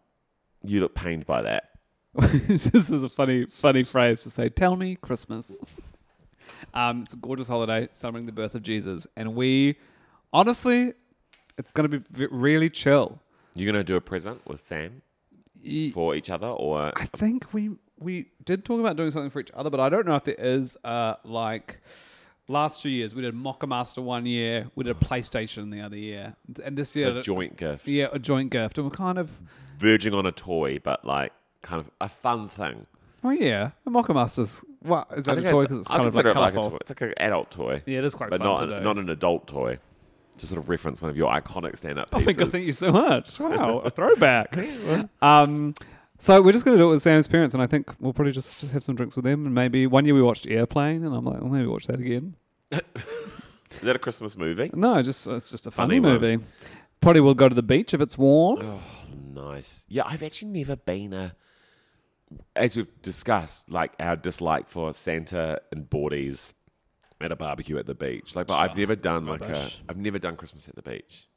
Speaker 1: You look pained by that.
Speaker 2: this is a funny, funny phrase to say. Tell me Christmas. Um, it's a gorgeous holiday celebrating the birth of Jesus, and we honestly, it's going to be v- really chill.
Speaker 1: You're gonna do a present with Sam
Speaker 2: Ye-
Speaker 1: for each other, or
Speaker 2: I think we we did talk about doing something for each other, but I don't know if there is uh like Last two years, we did Mocha Master one year, we did a PlayStation the other year, and this year,
Speaker 1: So joint gift.
Speaker 2: yeah, a joint gift, and we're kind of,
Speaker 1: Verging on a toy, but like kind of a fun thing.
Speaker 2: oh yeah, the Mocha Master's what is
Speaker 1: I
Speaker 2: that a
Speaker 1: think
Speaker 2: toy?
Speaker 1: it's-
Speaker 2: Because it's
Speaker 1: I
Speaker 2: kind of like
Speaker 1: consider it
Speaker 2: colourful.
Speaker 1: a toy. It's like an adult toy.
Speaker 2: Yeah, it is quite
Speaker 1: But
Speaker 2: fun
Speaker 1: not
Speaker 2: to
Speaker 1: an-
Speaker 2: do.
Speaker 1: not an adult toy. To sort of reference one of your iconic stand-up
Speaker 2: [LAUGHS] Oh
Speaker 1: pieces.
Speaker 2: my god, thank you
Speaker 1: [LAUGHS]
Speaker 2: so much. Wow, a throwback. [LAUGHS] um, so we're just going to do it with Sam's parents, and I think we'll probably just have some drinks with them. And maybe one year we watched Airplane, and I'm like, well, maybe watch that again.
Speaker 1: Is that a Christmas movie?
Speaker 2: No, just uh, it's just a funny,
Speaker 1: Funny one.
Speaker 2: movie. Probably we'll go to the beach if it's warm.
Speaker 1: Nice. Yeah, I've actually never been a. As we've discussed, like our dislike for Santa and boardies at a barbecue at the beach. Like, but I've never done like a. I've never done Christmas at the beach.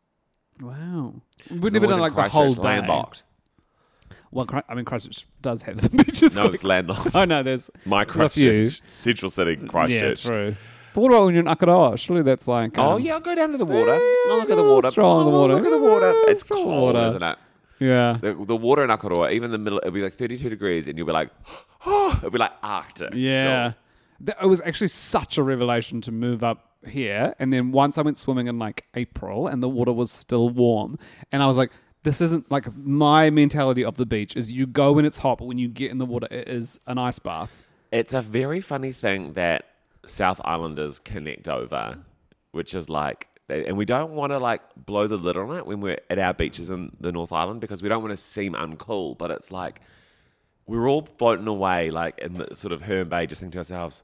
Speaker 2: Wow, we've
Speaker 1: It's
Speaker 2: never
Speaker 1: always
Speaker 2: done
Speaker 1: in
Speaker 2: like the whole
Speaker 1: Christchurch,
Speaker 2: day.
Speaker 1: landlocked.
Speaker 2: Well, Chri- I mean, Christchurch does have [LAUGHS] some beaches.
Speaker 1: No, it's
Speaker 2: [LAUGHS]
Speaker 1: landlocked.
Speaker 2: I know there's
Speaker 1: [LAUGHS] My
Speaker 2: a few.
Speaker 1: Christchurch, Central City,
Speaker 2: Yeah,
Speaker 1: Christchurch.
Speaker 2: true. But what about when you're in Akaroa? Surely that's like
Speaker 1: oh
Speaker 2: um,
Speaker 1: yeah, I'll go down to the water. I'll look at the
Speaker 2: go
Speaker 1: water.
Speaker 2: stroll in the
Speaker 1: I'll
Speaker 2: water.
Speaker 1: Look at the water. It's
Speaker 2: Stroll in
Speaker 1: cold,
Speaker 2: the water.
Speaker 1: isn't it?
Speaker 2: yeah.
Speaker 1: The, the water in Akaroa, even the middle, it'll be like 32 degrees, and you'll be like, [GASPS] oh, it'll be like Arctic. still.
Speaker 2: Yeah. Th- It was actually such a revelation to move up here. And then once I went swimming in like April and the water was still warm, and I was like, this isn't like my mentality of the beach is you go when it's hot, but when you get in the water, it is an ice bath.
Speaker 1: It's a very funny thing that South Islanders connect over, which is like, they, and we don't want to like blow the lid on it when we're at our beaches in the North Island because we don't want to seem uncool. But it's like we're all floating away, like in the sort of Herne Bay, just thinking to ourselves,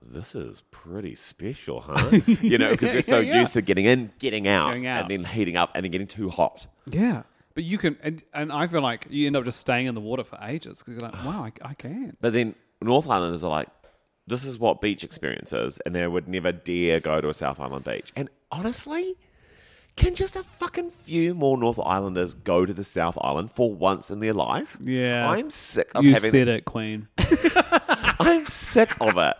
Speaker 1: "This is pretty special,
Speaker 2: [LAUGHS]
Speaker 1: huh?" you know, because we're so
Speaker 2: Yeah, yeah.
Speaker 1: used to getting in, getting out,
Speaker 2: Going out.
Speaker 1: and then heating up, and then getting too hot.
Speaker 2: Yeah. But you can, and, and I feel like you end up just staying in the water for ages because you're like, wow, I, I can.
Speaker 1: But then North Islanders are like, this is what beach experience is, and they would never dare go to a South Island beach. And honestly, can just a fucking few more North Islanders go to the South Island for once in their life?
Speaker 2: Yeah.
Speaker 1: I'm sick of
Speaker 2: you
Speaker 1: having
Speaker 2: said it, Queen.
Speaker 1: I'm sick of it.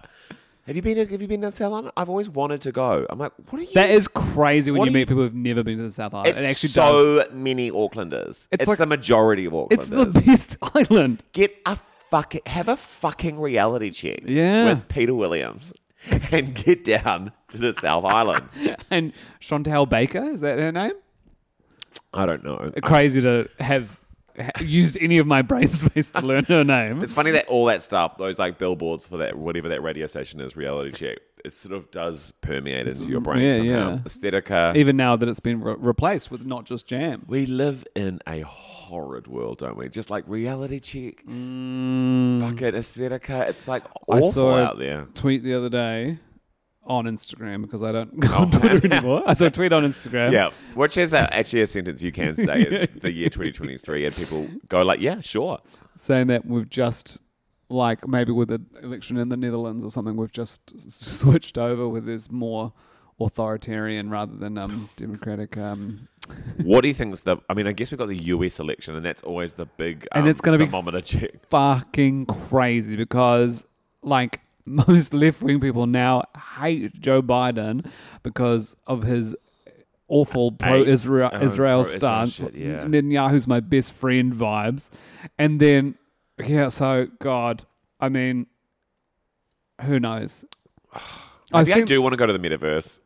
Speaker 1: Have you been have you been to the South Island? I've always wanted to go. I'm like, what are you
Speaker 2: That is crazy when
Speaker 1: What
Speaker 2: you
Speaker 1: do
Speaker 2: meet
Speaker 1: you-
Speaker 2: people who've never been to the South Island.
Speaker 1: it's
Speaker 2: it actually does.
Speaker 1: so many Aucklanders. It's,
Speaker 2: like-
Speaker 1: the majority of Aucklanders.
Speaker 2: It's the best [LAUGHS] island.
Speaker 1: get a fucking have a fucking reality check
Speaker 2: Yeah.
Speaker 1: with Peter Williams and get down to the South Island.
Speaker 2: And Chantal Baker, is that her name?
Speaker 1: I don't know.
Speaker 2: crazy to have ha- used any of my brain [LAUGHS] space to learn her name.
Speaker 1: It's funny that all that stuff, those like billboards for that whatever that radio station is, reality check, it sort of does permeate into your brain
Speaker 2: yeah,
Speaker 1: somehow.
Speaker 2: yeah.
Speaker 1: Aesthetica.
Speaker 2: Even now that it's been re- replaced with not just jam.
Speaker 1: we live in a horrid world, don't we? Just like reality check,
Speaker 2: Mm.
Speaker 1: fucking aesthetica. It's like awful out there.
Speaker 2: tweet the other day on Instagram because I don't go on
Speaker 1: [LAUGHS]
Speaker 2: Twitter anymore. I saw a tweet on Instagram.
Speaker 1: Oh. Yeah, which is a, actually a sentence you can say
Speaker 2: [LAUGHS]
Speaker 1: in the year 2023, and people go like, "Yeah, sure."
Speaker 2: Saying that we've just like maybe with the election in the Netherlands or something, we've just [LAUGHS] s- switched over where there's more authoritarian rather than um, democratic. Um,
Speaker 1: What do you think is the? I mean, I guess we've got the US election, and that's always the big um,
Speaker 2: And it's gonna be-
Speaker 1: thermometer check.
Speaker 2: fucking crazy because like [LAUGHS] most left wing people now hate Joe Biden because of his awful pro Israel
Speaker 1: Oh,
Speaker 2: Israel
Speaker 1: pro-Israel
Speaker 2: stance.
Speaker 1: shit, yeah.
Speaker 2: Netanyahu's my best friend vibes. And then yeah, so God, I mean who knows? I've
Speaker 1: [SIGHS] Maybe I
Speaker 2: seen
Speaker 1: do want to go to the metaverse.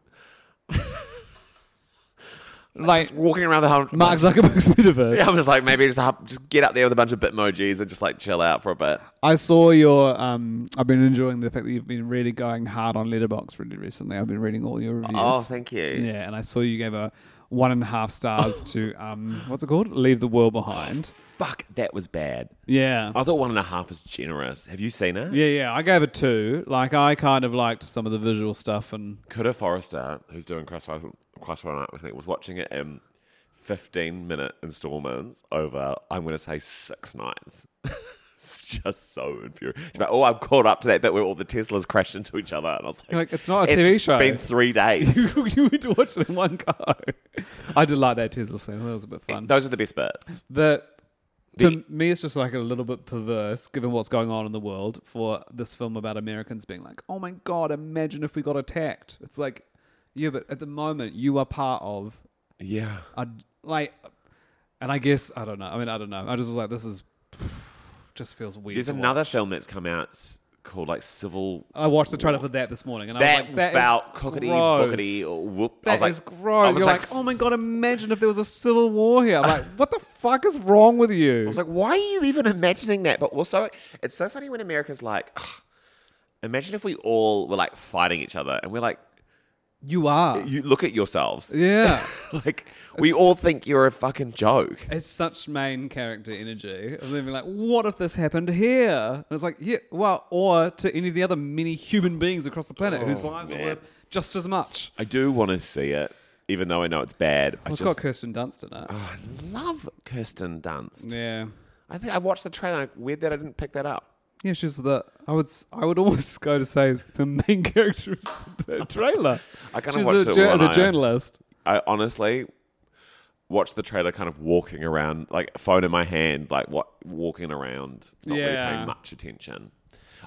Speaker 2: like
Speaker 1: Just walking around the whole
Speaker 2: Mark Zuckerberg's [LAUGHS] metaverse.
Speaker 1: Yeah, [LAUGHS] I'm just like maybe just hop- just get up there with a bunch of bitmojis and just like chill out for a bit.
Speaker 2: I saw your. Um, I've been enjoying the fact that you've been really going hard on Letterbox really recently. I've been reading all your reviews.
Speaker 1: Oh, thank you.
Speaker 2: Yeah, and I saw you gave a one and a half [LAUGHS] stars to um, what's it called? Leave the World Behind.
Speaker 1: Fuck, that was bad.
Speaker 2: Yeah.
Speaker 1: I thought one and a half was generous. Have you seen it?
Speaker 2: Yeah, yeah. I gave it two. Like I kind of liked some of the visual stuff and [LAUGHS]
Speaker 1: Coulda Forrester, who's doing Crossfire Crossfire Night with me, was watching it in 15 minute installments over, I'm going to say, six nights. [LAUGHS] it's just so infuriating. She's like, oh, I'm caught up to that bit where all the Teslas crash into each other. And I was like,
Speaker 2: You're like, "It's not a TV show."
Speaker 1: It's been three
Speaker 2: [LAUGHS]
Speaker 1: days.
Speaker 2: you need to watch it in one go. I did like that Tesla scene. That was a bit fun.
Speaker 1: Those are the best bits.
Speaker 2: The to me, it's just like a little bit perverse, given what's going on in the world, for this film about Americans being like, "Oh my god, imagine if we got attacked." It's like, yeah, but at the moment, you are part of
Speaker 1: Yeah.
Speaker 2: I like, and I guess I don't know. I mean, I don't know. I [SIGHS] just was like, this is just feels weird.
Speaker 1: There's
Speaker 2: to
Speaker 1: another
Speaker 2: watch.
Speaker 1: film that's come out s- called? Like civil.
Speaker 2: I watched the trailer for that this morning, and I was
Speaker 1: that
Speaker 2: Oh, like, that is
Speaker 1: felt cockety
Speaker 2: gross.
Speaker 1: bookety whoop. I
Speaker 2: That
Speaker 1: was
Speaker 2: is
Speaker 1: like, I
Speaker 2: gross.
Speaker 1: was
Speaker 2: You're like,
Speaker 1: like,
Speaker 2: oh my god! Imagine if there was a civil war here. I'm like, [LAUGHS] what the fuck is wrong with you?
Speaker 1: I was like, why are you even imagining that? But also, it's so funny when America's like, "Ugh, imagine if we all were like fighting each other, and we're like,
Speaker 2: you are.
Speaker 1: you look at yourselves.
Speaker 2: yeah.
Speaker 1: [LAUGHS] like we all think you're a fucking joke.
Speaker 2: It's such main character energy of them being like, "What if this happened here?" And it's like, "Yeah, well, or to any of the other many human beings across the planet whose lives
Speaker 1: Oh, man.
Speaker 2: are worth just as much."
Speaker 1: I do want to see it, even though I know it's bad. I
Speaker 2: Well, it's
Speaker 1: just
Speaker 2: got Kirsten Dunst in it.
Speaker 1: love Kirsten Dunst.
Speaker 2: yeah,
Speaker 1: I think I watched the trailer. and Weird that I didn't pick that up.
Speaker 2: yeah, she's the. I would, s- I would [LAUGHS] almost go to say the main [LAUGHS] character of the trailer.
Speaker 1: I kinda
Speaker 2: she's
Speaker 1: watched
Speaker 2: the,
Speaker 1: it
Speaker 2: jour-
Speaker 1: with one
Speaker 2: the
Speaker 1: eye.
Speaker 2: journalist.
Speaker 1: I honestly watched the trailer, kind of walking around, like phone in my hand, like what walking around, not really
Speaker 2: Yeah.
Speaker 1: paying much attention.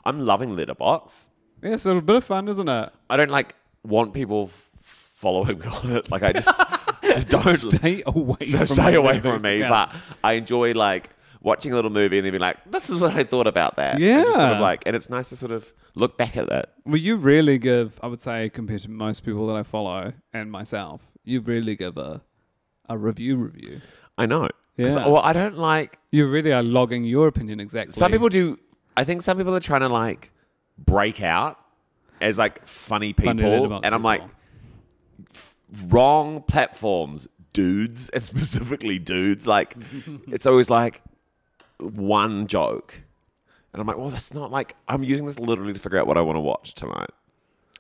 Speaker 1: I'm loving Letterbox.
Speaker 2: Yeah, so a bit of fun,
Speaker 1: [LAUGHS]
Speaker 2: isn't it?
Speaker 1: I don't like want people f- following [LAUGHS] me on it. Like I
Speaker 2: [LAUGHS]
Speaker 1: just, just don't
Speaker 2: Stay away.
Speaker 1: so
Speaker 2: from
Speaker 1: stay
Speaker 2: my
Speaker 1: away
Speaker 2: things
Speaker 1: from me.
Speaker 2: to count.
Speaker 1: But I enjoy like watching a little movie and then being like, "This is what I thought about that." And just sort
Speaker 2: Yeah.
Speaker 1: of like, and it's nice to sort of look back at that.
Speaker 2: Well, you really give, I would say, compared to most people that I follow and myself, you really give a a review review.
Speaker 1: I know. 'Cause,
Speaker 2: Yeah.
Speaker 1: Well, I don't like
Speaker 2: You really are logging your opinion exactly.
Speaker 1: some people do. I think some people are trying to like break out as like funny people,
Speaker 2: Funny little
Speaker 1: and I'm like,
Speaker 2: people.
Speaker 1: wrong platforms, dudes, [LAUGHS] and specifically dudes. Like, it's always like one joke. And I'm like, well, that's not like I'm using this literally to figure out what I want to watch tonight.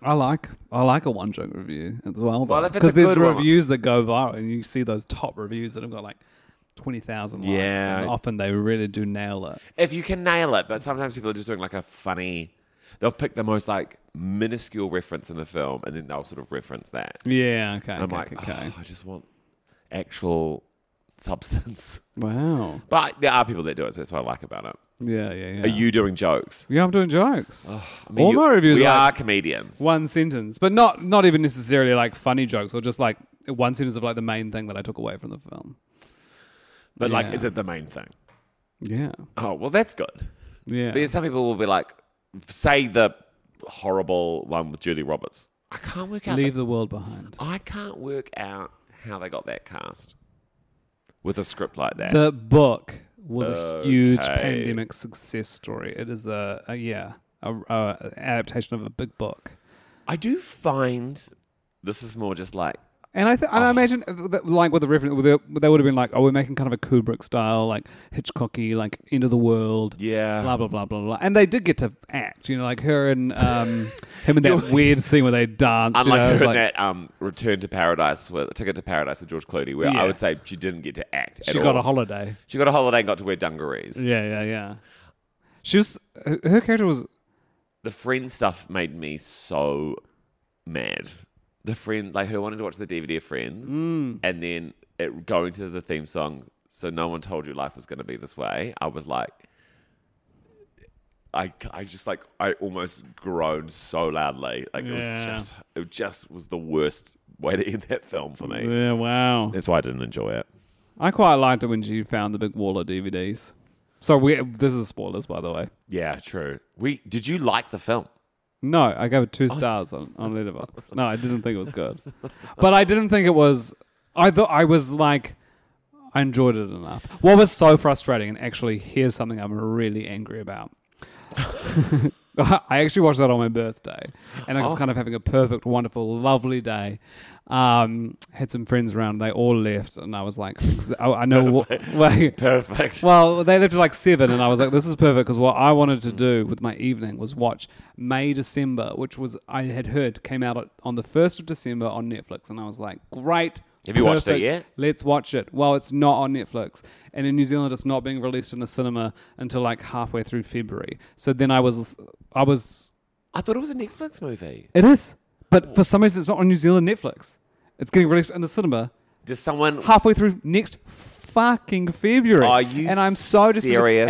Speaker 2: I like I like a one joke review as well.
Speaker 1: Well, if it's
Speaker 2: because
Speaker 1: a
Speaker 2: there's
Speaker 1: good one.
Speaker 2: reviews that go viral, and you see those top reviews that have got like twenty thousand likes.
Speaker 1: Yeah.
Speaker 2: and often they really do nail it.
Speaker 1: if you can nail it. But sometimes people are just doing like a funny. They'll pick the most like minuscule reference in the film, and then they'll sort of reference that.
Speaker 2: Yeah, okay,
Speaker 1: And I'm
Speaker 2: okay,
Speaker 1: like,
Speaker 2: okay.
Speaker 1: "Oh, I just want actual substance. [LAUGHS]
Speaker 2: wow,
Speaker 1: But there are people that do it, so that's what I like about it.
Speaker 2: yeah, yeah, yeah.
Speaker 1: Are you doing jokes?
Speaker 2: Yeah, I'm doing jokes.
Speaker 1: I mean,
Speaker 2: All
Speaker 1: you-
Speaker 2: my reviews
Speaker 1: We
Speaker 2: are
Speaker 1: are
Speaker 2: like
Speaker 1: comedians.
Speaker 2: one sentence, but not not even necessarily like funny jokes or just like one sentence of like the main thing that I took away from the film.
Speaker 1: but like,
Speaker 2: Yeah.
Speaker 1: is it the main thing?
Speaker 2: Yeah,
Speaker 1: Oh well, that's good.
Speaker 2: yeah.
Speaker 1: Because some people will be like, say the horrible one with Julie Roberts. I can't work out.
Speaker 2: Leave the world behind.
Speaker 1: I can't work out how they got that cast with a script like that.
Speaker 2: The book was a huge
Speaker 1: Okay.
Speaker 2: pandemic success story. It is a, a yeah, a, a adaptation of a big book.
Speaker 1: I do find this is more just like
Speaker 2: And I, th-
Speaker 1: Oh.
Speaker 2: and I imagine, uh, that, like with the reference, with the- they would have been like, "Oh, we're making kind of a Kubrick style, like Hitchcocky, like end of the world,
Speaker 1: Yeah.
Speaker 2: blah blah blah blah blah." And they did get to act, you know, like her
Speaker 1: [LAUGHS]
Speaker 2: and um, him and that weird scene where they dance. you
Speaker 1: unlike
Speaker 2: know,
Speaker 1: her
Speaker 2: it's
Speaker 1: in
Speaker 2: like-
Speaker 1: that um, Return to Paradise with Ticket to Paradise with George Clooney, where
Speaker 2: Yeah.
Speaker 1: I would say she didn't get to act. at
Speaker 2: she got
Speaker 1: all.
Speaker 2: a holiday.
Speaker 1: She got a holiday and got to wear dungarees.
Speaker 2: Yeah, yeah, yeah. She was her, her character was
Speaker 1: The friend stuff made me so mad. The friend, like her wanting to watch the DVD of Friends,
Speaker 2: Mm.
Speaker 1: and then it going to the theme song. So no one told you life was going to be this way. I was like, I, I just like I almost groaned so loudly. Like it
Speaker 2: Yeah.
Speaker 1: was just it just was the worst way to [LAUGHS] end that film for me.
Speaker 2: yeah, wow.
Speaker 1: That's why I didn't enjoy it.
Speaker 2: I quite liked it when she found the big wall of DVDs. So we this is spoilers by the way.
Speaker 1: Yeah, true. We did you like the film?
Speaker 2: No, I gave it two stars on, on Letterboxd. No, I didn't think it was good. But I didn't think it was I thought I was like I enjoyed it enough. What was so frustrating and actually here's something I'm really angry about. [LAUGHS] I actually watched that on my birthday, and I was kind of having a perfect, wonderful, lovely day. Um, had some friends around; they all left, and I was like, "I, I know what." Like,
Speaker 1: Perfect.
Speaker 2: [LAUGHS] Well, they lived at like seven, and I was like, "This is perfect," because what I wanted to do with my evening was watch May December, which was I had heard came out on the first of December on Netflix, and I was like, "Great."
Speaker 1: Have you watched it
Speaker 2: perfect,
Speaker 1: yet?
Speaker 2: Let's watch it. Well, it's not on Netflix, and in New Zealand, it's not being released in the cinema until like halfway through February. So then I was, I was,
Speaker 1: I thought it was a Netflix movie.
Speaker 2: it is, but for some reason, it's not on New Zealand Netflix. It's getting released in the cinema
Speaker 1: Does someone
Speaker 2: halfway through next fucking February.
Speaker 1: Are you
Speaker 2: and I'm so
Speaker 1: serious?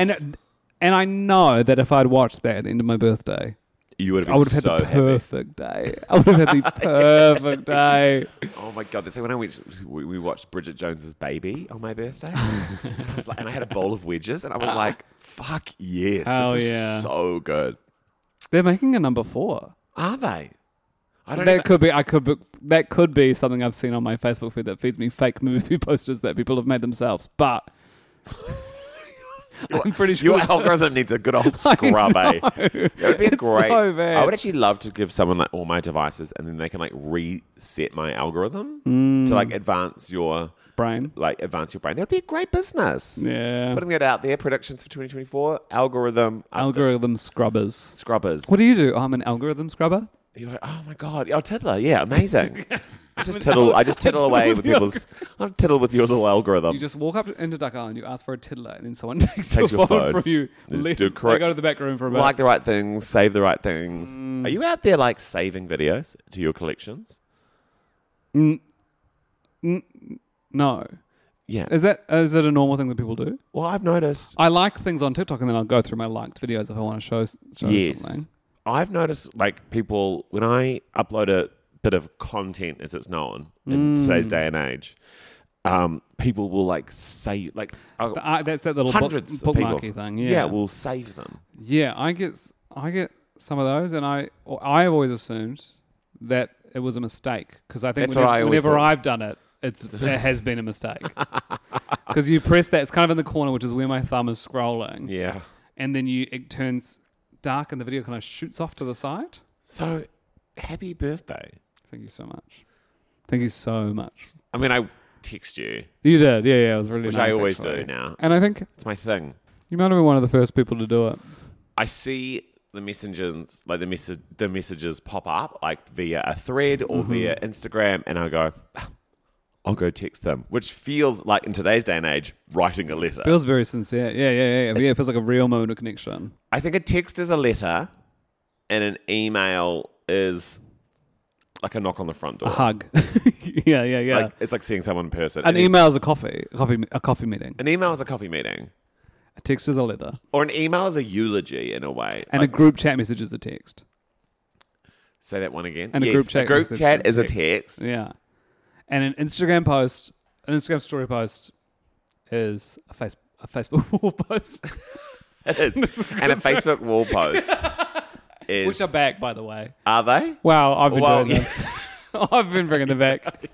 Speaker 2: disappointed. And and I know that if I'd watched that at the end of my birthday,
Speaker 1: you would
Speaker 2: I would have had the perfect day. I would
Speaker 1: [LAUGHS]
Speaker 2: have had the perfect day.
Speaker 1: Oh my god! That's like when I went. We, we watched Bridget Jones's Baby on my [LAUGHS] birthday, and I was [LAUGHS] like, and I had a bowl of wedges, and I was like, "Fuck yes,
Speaker 2: Hell
Speaker 1: this is
Speaker 2: yeah.
Speaker 1: so good."
Speaker 2: They're making a number four.
Speaker 1: Are they? I don't
Speaker 2: that
Speaker 1: even-
Speaker 2: could be. I could. Be, that could be something I've seen on my Facebook feed that feeds me fake [LAUGHS] movie posters that people have made themselves. But I'm pretty sure.
Speaker 1: Your
Speaker 2: it's-
Speaker 1: algorithm needs a good
Speaker 2: [LAUGHS]
Speaker 1: old scrub, eh? It would be
Speaker 2: It's
Speaker 1: great.
Speaker 2: so bad.
Speaker 1: I would actually love to give someone like all my devices and then they can like reset my algorithm to
Speaker 2: Mm.
Speaker 1: like advance your
Speaker 2: Brain.
Speaker 1: Like advance your brain. That would be a great business.
Speaker 2: Yeah.
Speaker 1: Putting that out there, predictions for 2024, algorithm upda-
Speaker 2: algorithm scrubbers.
Speaker 1: scrubbers.
Speaker 2: What do you do? Oh, I'm an algorithm scrubber.
Speaker 1: You're like, oh my god, oh tiddler, yeah,
Speaker 2: [LAUGHS]
Speaker 1: amazing. I just tiddle, I just tiddle away with
Speaker 2: your-
Speaker 1: people's. I tiddle with your little algorithm.
Speaker 2: You just walk up to, into Duck Island, you ask for a tiddler, and then someone [LAUGHS] takes,
Speaker 1: Takes
Speaker 2: your,
Speaker 1: your
Speaker 2: phone,
Speaker 1: phone.
Speaker 2: from you.
Speaker 1: They just
Speaker 2: leave-
Speaker 1: do correct-
Speaker 2: They go to the back room for a bit.
Speaker 1: like the right things, save the right things.
Speaker 2: Mm.
Speaker 1: Are you out there like saving videos to your collections?
Speaker 2: no,
Speaker 1: Yeah.
Speaker 2: is that is it a normal thing that people do?
Speaker 1: well, I've noticed.
Speaker 2: I like things on TikTok, and then I'll go through my liked videos if I want to show, show Oh, something.
Speaker 1: I've noticed like people when I upload a bit of content as it's known in
Speaker 2: Mm.
Speaker 1: today's day and age, um, people will like save like oh,
Speaker 2: The, uh, that's that little book,
Speaker 1: hundreds of people.
Speaker 2: bookmarky thing. Yeah,
Speaker 1: yeah, will save them.
Speaker 2: Yeah, I get I get some of those, and I or I've always assumed that it was a mistake because I think
Speaker 1: That's what
Speaker 2: whenever,
Speaker 1: I always
Speaker 2: whenever
Speaker 1: thought.
Speaker 2: I've done it, it's
Speaker 1: [LAUGHS]
Speaker 2: it has been a mistake because you press that. It's kind of in the corner, which is where my thumb is scrolling,
Speaker 1: Yeah.
Speaker 2: and then you it turns dark, and the video kind of shoots off to the side.
Speaker 1: So, happy birthday.
Speaker 2: Thank you so much. Thank you so much.
Speaker 1: I mean, I text you.
Speaker 2: You did, yeah, yeah. It was really
Speaker 1: Which I
Speaker 2: nice,
Speaker 1: always do
Speaker 2: actually.
Speaker 1: now.
Speaker 2: and I think
Speaker 1: It's my thing.
Speaker 2: you might have been one of the first people to do it.
Speaker 1: I see the messengers, like the message, the messages pop up like via a thread or
Speaker 2: Mm-hmm.
Speaker 1: via Instagram, and I go, "Ah, I'll go text them, which feels like in today's day and age, writing a letter.
Speaker 2: Feels very sincere. Yeah, yeah, yeah, yeah. It feels like a real moment of connection.
Speaker 1: I think a text is a letter, and an email is like a knock on the front door.
Speaker 2: A hug. [LAUGHS] yeah, yeah, Uh-huh. yeah.
Speaker 1: Like, it's like seeing someone in person.
Speaker 2: An
Speaker 1: And it-
Speaker 2: email is a coffee, a coffee, a coffee meeting.
Speaker 1: An email is a coffee meeting,
Speaker 2: A text is a letter,
Speaker 1: or an email is a eulogy in a way.
Speaker 2: and a group chat message is a text.
Speaker 1: Say that one again.
Speaker 2: And a
Speaker 1: Yes,
Speaker 2: group chat
Speaker 1: group
Speaker 2: is a
Speaker 1: chat is a
Speaker 2: text.
Speaker 1: text.
Speaker 2: Yeah, and an Instagram post, an Instagram story post, is a face a Facebook [LAUGHS] wall post,
Speaker 1: [LAUGHS] It
Speaker 2: [LAUGHS]
Speaker 1: is. and a Facebook wall post. Is,
Speaker 2: which are back by the way.
Speaker 1: Are they?
Speaker 2: Wow, I've been
Speaker 1: Well,
Speaker 2: doing them. [LAUGHS] I've been bringing
Speaker 1: [LAUGHS]
Speaker 2: them back.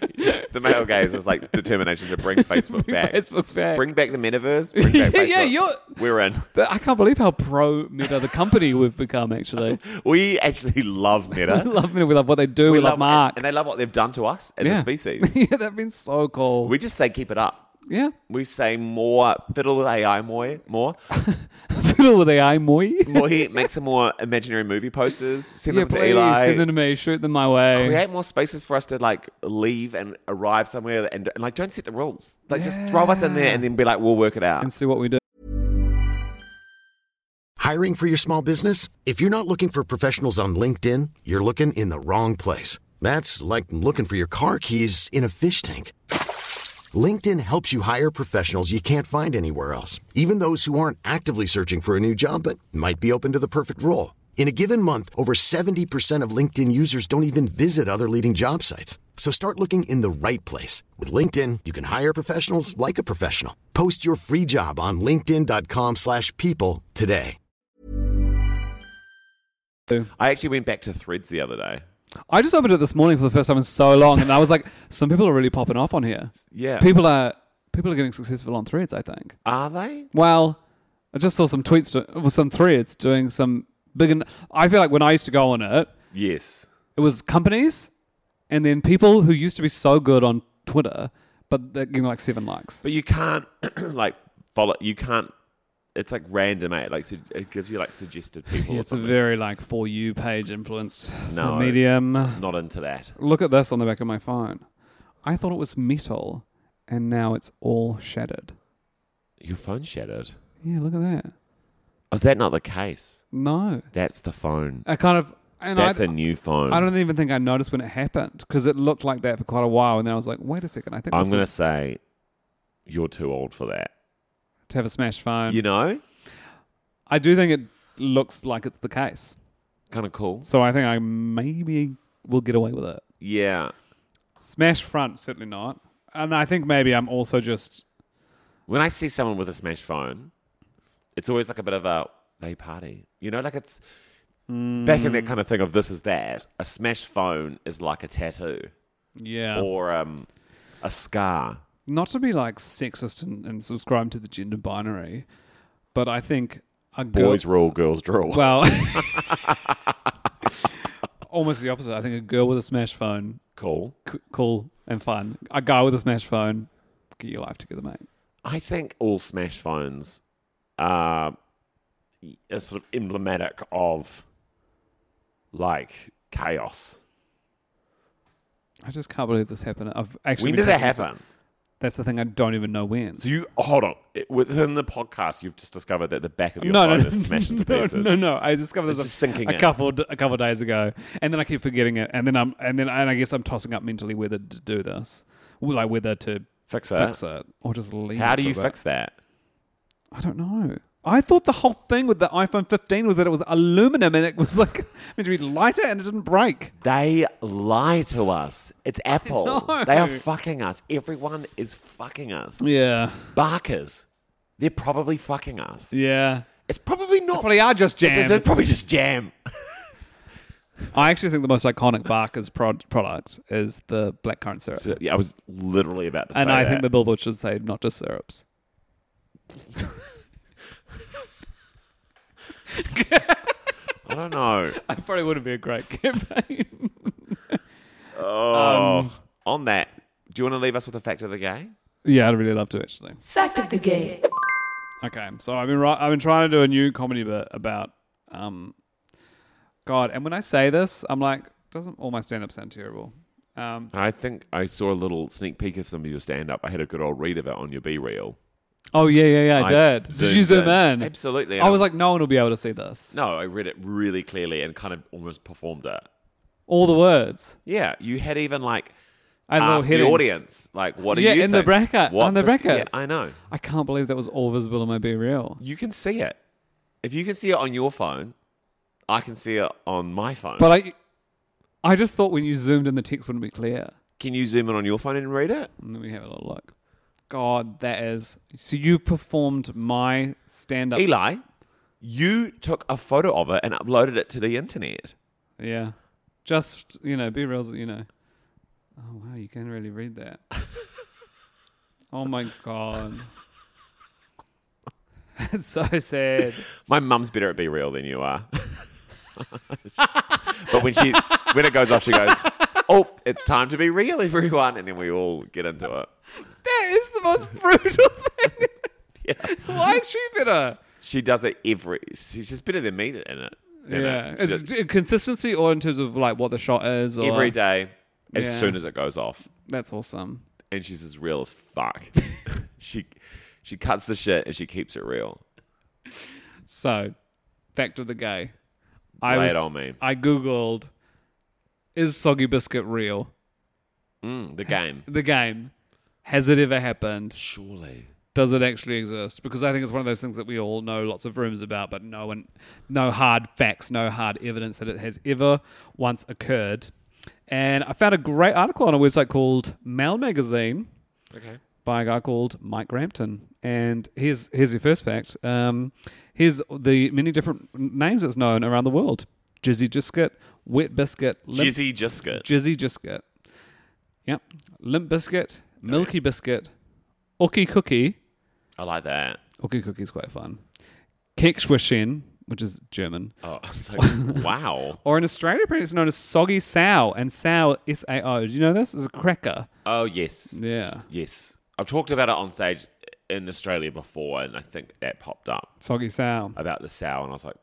Speaker 1: The male gaze is like determination to
Speaker 2: [LAUGHS]
Speaker 1: bring Facebook
Speaker 2: Bring
Speaker 1: back.
Speaker 2: Facebook back.
Speaker 1: Bring back the metaverse. Bring back
Speaker 2: [LAUGHS] Yeah, yeah,
Speaker 1: Facebook.
Speaker 2: you're-
Speaker 1: We're in.
Speaker 2: But I can't believe how pro Meta the company we've become. Actually,
Speaker 1: [LAUGHS] We actually love
Speaker 2: [LAUGHS] we
Speaker 1: Meta.
Speaker 2: love Meta. We love what they do. [LAUGHS] We, love, Mark.
Speaker 1: And they love what they've done to us as
Speaker 2: yeah.
Speaker 1: a species.
Speaker 2: [LAUGHS] yeah, they've been so cool.
Speaker 1: We just say keep it up.
Speaker 2: yeah, [LAUGHS]
Speaker 1: We say more, fiddle with AI more, more,
Speaker 2: fiddle with AI, moi.
Speaker 1: more make some more imaginary movie posters, send
Speaker 2: Yeah,
Speaker 1: them to
Speaker 2: please
Speaker 1: Eli.
Speaker 2: send them to me. Shoot them my way.
Speaker 1: create more spaces for us to like leave and arrive somewhere and, and like don't set the rules like just throw us in there and then be like we'll work it out
Speaker 2: and see what we do.
Speaker 3: Hiring for your small business? If you're not looking for professionals on LinkedIn, you're looking in the wrong place. That's like looking for your car keys in a fish tank. LinkedIn helps you hire professionals you can't find anywhere else, even those who aren't actively searching for a new job but might be open to the perfect role. In a given month, over 70% of LinkedIn users don't even visit other leading job sites. So start looking in the right place. With LinkedIn, you can hire professionals like a professional. Post your free job on linkedin.com/people slash people today.
Speaker 1: i actually went back to threads the other day
Speaker 2: I just opened it this morning for the first time in so long, and I was like, some people are really popping off on here.
Speaker 1: yeah
Speaker 2: People are people are getting successful on threads. I think.
Speaker 1: are they
Speaker 2: Well, I just saw some tweets do- with some threads doing some big. And I feel like when I used to go on it,
Speaker 1: yes
Speaker 2: it was companies, and then people who used to be so good on Twitter, but they're getting like seven likes.
Speaker 1: but you can't [CLEARS THROAT] like follow you can't it's like random eh? like su- it gives you like suggested people
Speaker 2: Yeah,
Speaker 1: or
Speaker 2: it's a
Speaker 1: something.
Speaker 2: very like for you page influenced
Speaker 1: No.
Speaker 2: medium.
Speaker 1: not into that
Speaker 2: Look at this on the back of my phone. I thought it was metal, and now it's all shattered.
Speaker 1: your phone shattered
Speaker 2: Yeah, look at that.
Speaker 1: Oh, is that not the case
Speaker 2: No,
Speaker 1: that's the phone
Speaker 2: I kind of and I,
Speaker 1: that's a new phone
Speaker 2: I don't even think I noticed when it happened because it looked like that for quite a while, and then I was like, wait a second, I think
Speaker 1: i'm
Speaker 2: this
Speaker 1: gonna
Speaker 2: was
Speaker 1: say you're too old for that
Speaker 2: to have a smash phone.
Speaker 1: you know
Speaker 2: I do think it looks like it's the case,
Speaker 1: kind of cool
Speaker 2: so I think I maybe will get away with it.
Speaker 1: yeah
Speaker 2: Smash front, certainly not, and I think maybe I'm also just
Speaker 1: When I see someone with a smash phone, it's always like a bit of a they party. You know, like it's Back in
Speaker 2: Mm.
Speaker 1: that kind of thing of this is that, a smashed phone is like a tattoo
Speaker 2: Yeah.
Speaker 1: or um, a scar.
Speaker 2: not to be like sexist and, and subscribe to the gender binary, but I think a girl,
Speaker 1: Boys rule, girls drool. [LAUGHS]
Speaker 2: well, [LAUGHS] almost the opposite. I think a girl with a smash phone,
Speaker 1: cool.
Speaker 2: c- cool and fun. A guy with a smash phone, get your life together, mate.
Speaker 1: I think all smash phones are, are sort of emblematic of like chaos.
Speaker 2: I just can't believe this happened. I've actually
Speaker 1: when
Speaker 2: been
Speaker 1: did it
Speaker 2: taking this-
Speaker 1: happen?
Speaker 2: That's the thing. I don't even know when.
Speaker 1: So you hold on It- within the podcast, you've just discovered that the back of your
Speaker 2: no, no,
Speaker 1: phone
Speaker 2: no,
Speaker 1: is smashed into
Speaker 2: [LAUGHS] no,
Speaker 1: pieces.
Speaker 2: no, no. I discovered
Speaker 1: It's
Speaker 2: this
Speaker 1: just
Speaker 2: a,
Speaker 1: sinking
Speaker 2: a
Speaker 1: in.
Speaker 2: couple d- a couple days ago, and then I keep forgetting it, and then I'm and then and I guess I'm tossing up mentally whether to do this, Well, like whether to
Speaker 1: Fix it.
Speaker 2: fix it or just leave.
Speaker 1: How
Speaker 2: it
Speaker 1: do
Speaker 2: for
Speaker 1: you
Speaker 2: a bit.
Speaker 1: fix that?
Speaker 2: I don't know. I thought the whole thing with the iPhone 15 was that it was aluminum and it was like [LAUGHS] meant to be lighter and it didn't break.
Speaker 1: They lie to us. [LAUGHS] It's Apple.
Speaker 2: know.
Speaker 1: They are fucking us. Everyone is fucking us.
Speaker 2: Yeah,
Speaker 1: Barkers. They're probably fucking us.
Speaker 2: yeah.
Speaker 1: It's probably not.
Speaker 2: Probably are just
Speaker 1: It's- it's-
Speaker 2: jam.
Speaker 1: it's probably just jam.
Speaker 2: I actually think the most iconic Barker's prod- product is the blackcurrant
Speaker 1: [LAUGHS]
Speaker 2: syrup,
Speaker 1: So, yeah, I was literally about to say
Speaker 2: and I
Speaker 1: that.
Speaker 2: think the billboard should say not just syrups.
Speaker 1: I don't know.
Speaker 2: That probably wouldn't be a great [LAUGHS] campaign.
Speaker 1: Oh, on that, do you want to leave us with a fact of the day?
Speaker 2: Yeah, I'd really love to actually.
Speaker 4: Fact of the gay.
Speaker 2: Okay, so I've been ri- I've been trying to do a new comedy bit about um, God, and when I say this, I'm like, doesn't all my stand up sound terrible? Um,
Speaker 1: I think I saw a little sneak peek of some of your stand up. I had a good old read of it on your B reel.
Speaker 2: oh yeah, yeah, yeah, I,
Speaker 1: I
Speaker 2: did. Did you
Speaker 1: zoomed
Speaker 2: zoom
Speaker 1: in.
Speaker 2: in?
Speaker 1: Absolutely.
Speaker 2: I was like, no one will be able to see this.
Speaker 1: No, I read it really clearly and kind of almost performed it.
Speaker 2: All the words.
Speaker 1: Yeah, you had even like
Speaker 2: I had
Speaker 1: asked
Speaker 2: little
Speaker 1: the
Speaker 2: headings.
Speaker 1: audience, like, what do
Speaker 2: yeah,
Speaker 1: you
Speaker 2: in the
Speaker 1: think?
Speaker 2: bracket.
Speaker 1: What
Speaker 2: on the
Speaker 1: does-
Speaker 2: brackets.
Speaker 1: Yeah, I know.
Speaker 2: I can't believe that was all visible in my B reel.
Speaker 1: You can see it. If you can see it on your phone, I can see it on my phone.
Speaker 2: But I, I just thought when you zoomed in, the text wouldn't be clear.
Speaker 1: can you zoom in on your phone and read it?
Speaker 2: Let me have a little look. God, that is. So you performed my stand up.
Speaker 1: Eli, you took a photo of it and uploaded it to the internet.
Speaker 2: Yeah. Just, you know, be real, you know. Oh, wow, you can really read that. oh, my God. it's so sad.
Speaker 1: My mum's better at Be Real than you are. [LAUGHS] but when she when it goes off, she goes, Oh, it's time to be real, everyone. And then we all get into it.
Speaker 2: That is the most [LAUGHS] brutal thing. Why is she better?
Speaker 1: She does it every she's just better than me in it. than
Speaker 2: Yeah.
Speaker 1: it. She
Speaker 2: It's
Speaker 1: does
Speaker 2: consistency or in terms of like what the shot is or
Speaker 1: every day as
Speaker 2: Yeah.
Speaker 1: soon as it goes off.
Speaker 2: That's awesome.
Speaker 1: And she's as real as fuck. [LAUGHS] she she cuts the shit and she keeps it real.
Speaker 2: So, fact of the gay. I
Speaker 1: Lay
Speaker 2: was-
Speaker 1: it on me.
Speaker 2: I googled is soggy biscuit real?
Speaker 1: Mm, the game.
Speaker 2: The game. Has it ever happened?
Speaker 1: Surely.
Speaker 2: does it actually exist? Because I think it's one of those things that we all know lots of rumors about, but no one, no hard facts, no hard evidence that it has ever once occurred. And I found a great article on a website called Mail Magazine
Speaker 1: Okay.
Speaker 2: by a guy called Mike Rampton. And here's here's your first fact. Um, here's the many different names it's known around the world: Jizzy Jiscuit, Wet Biscuit, Limp,
Speaker 1: Jizzy Jisket.
Speaker 2: Jizzy Jiscuit. Yep, Limp Biscuit, Milky Biscuit, Ookie Cookie.
Speaker 1: I like that.
Speaker 2: Okay, cookie's quite fun. Kekswishin, which is German,
Speaker 1: Oh, [LAUGHS] it's like, wow.
Speaker 2: or in Australia, apparently it's known as soggy sow and sow S A O. Do you know this? It's a cracker.
Speaker 1: Oh, yes.
Speaker 2: Yeah,
Speaker 1: Yes. I've talked about it on stage in Australia before, and I think that popped up
Speaker 2: soggy sow.
Speaker 1: about the sow, and I was like,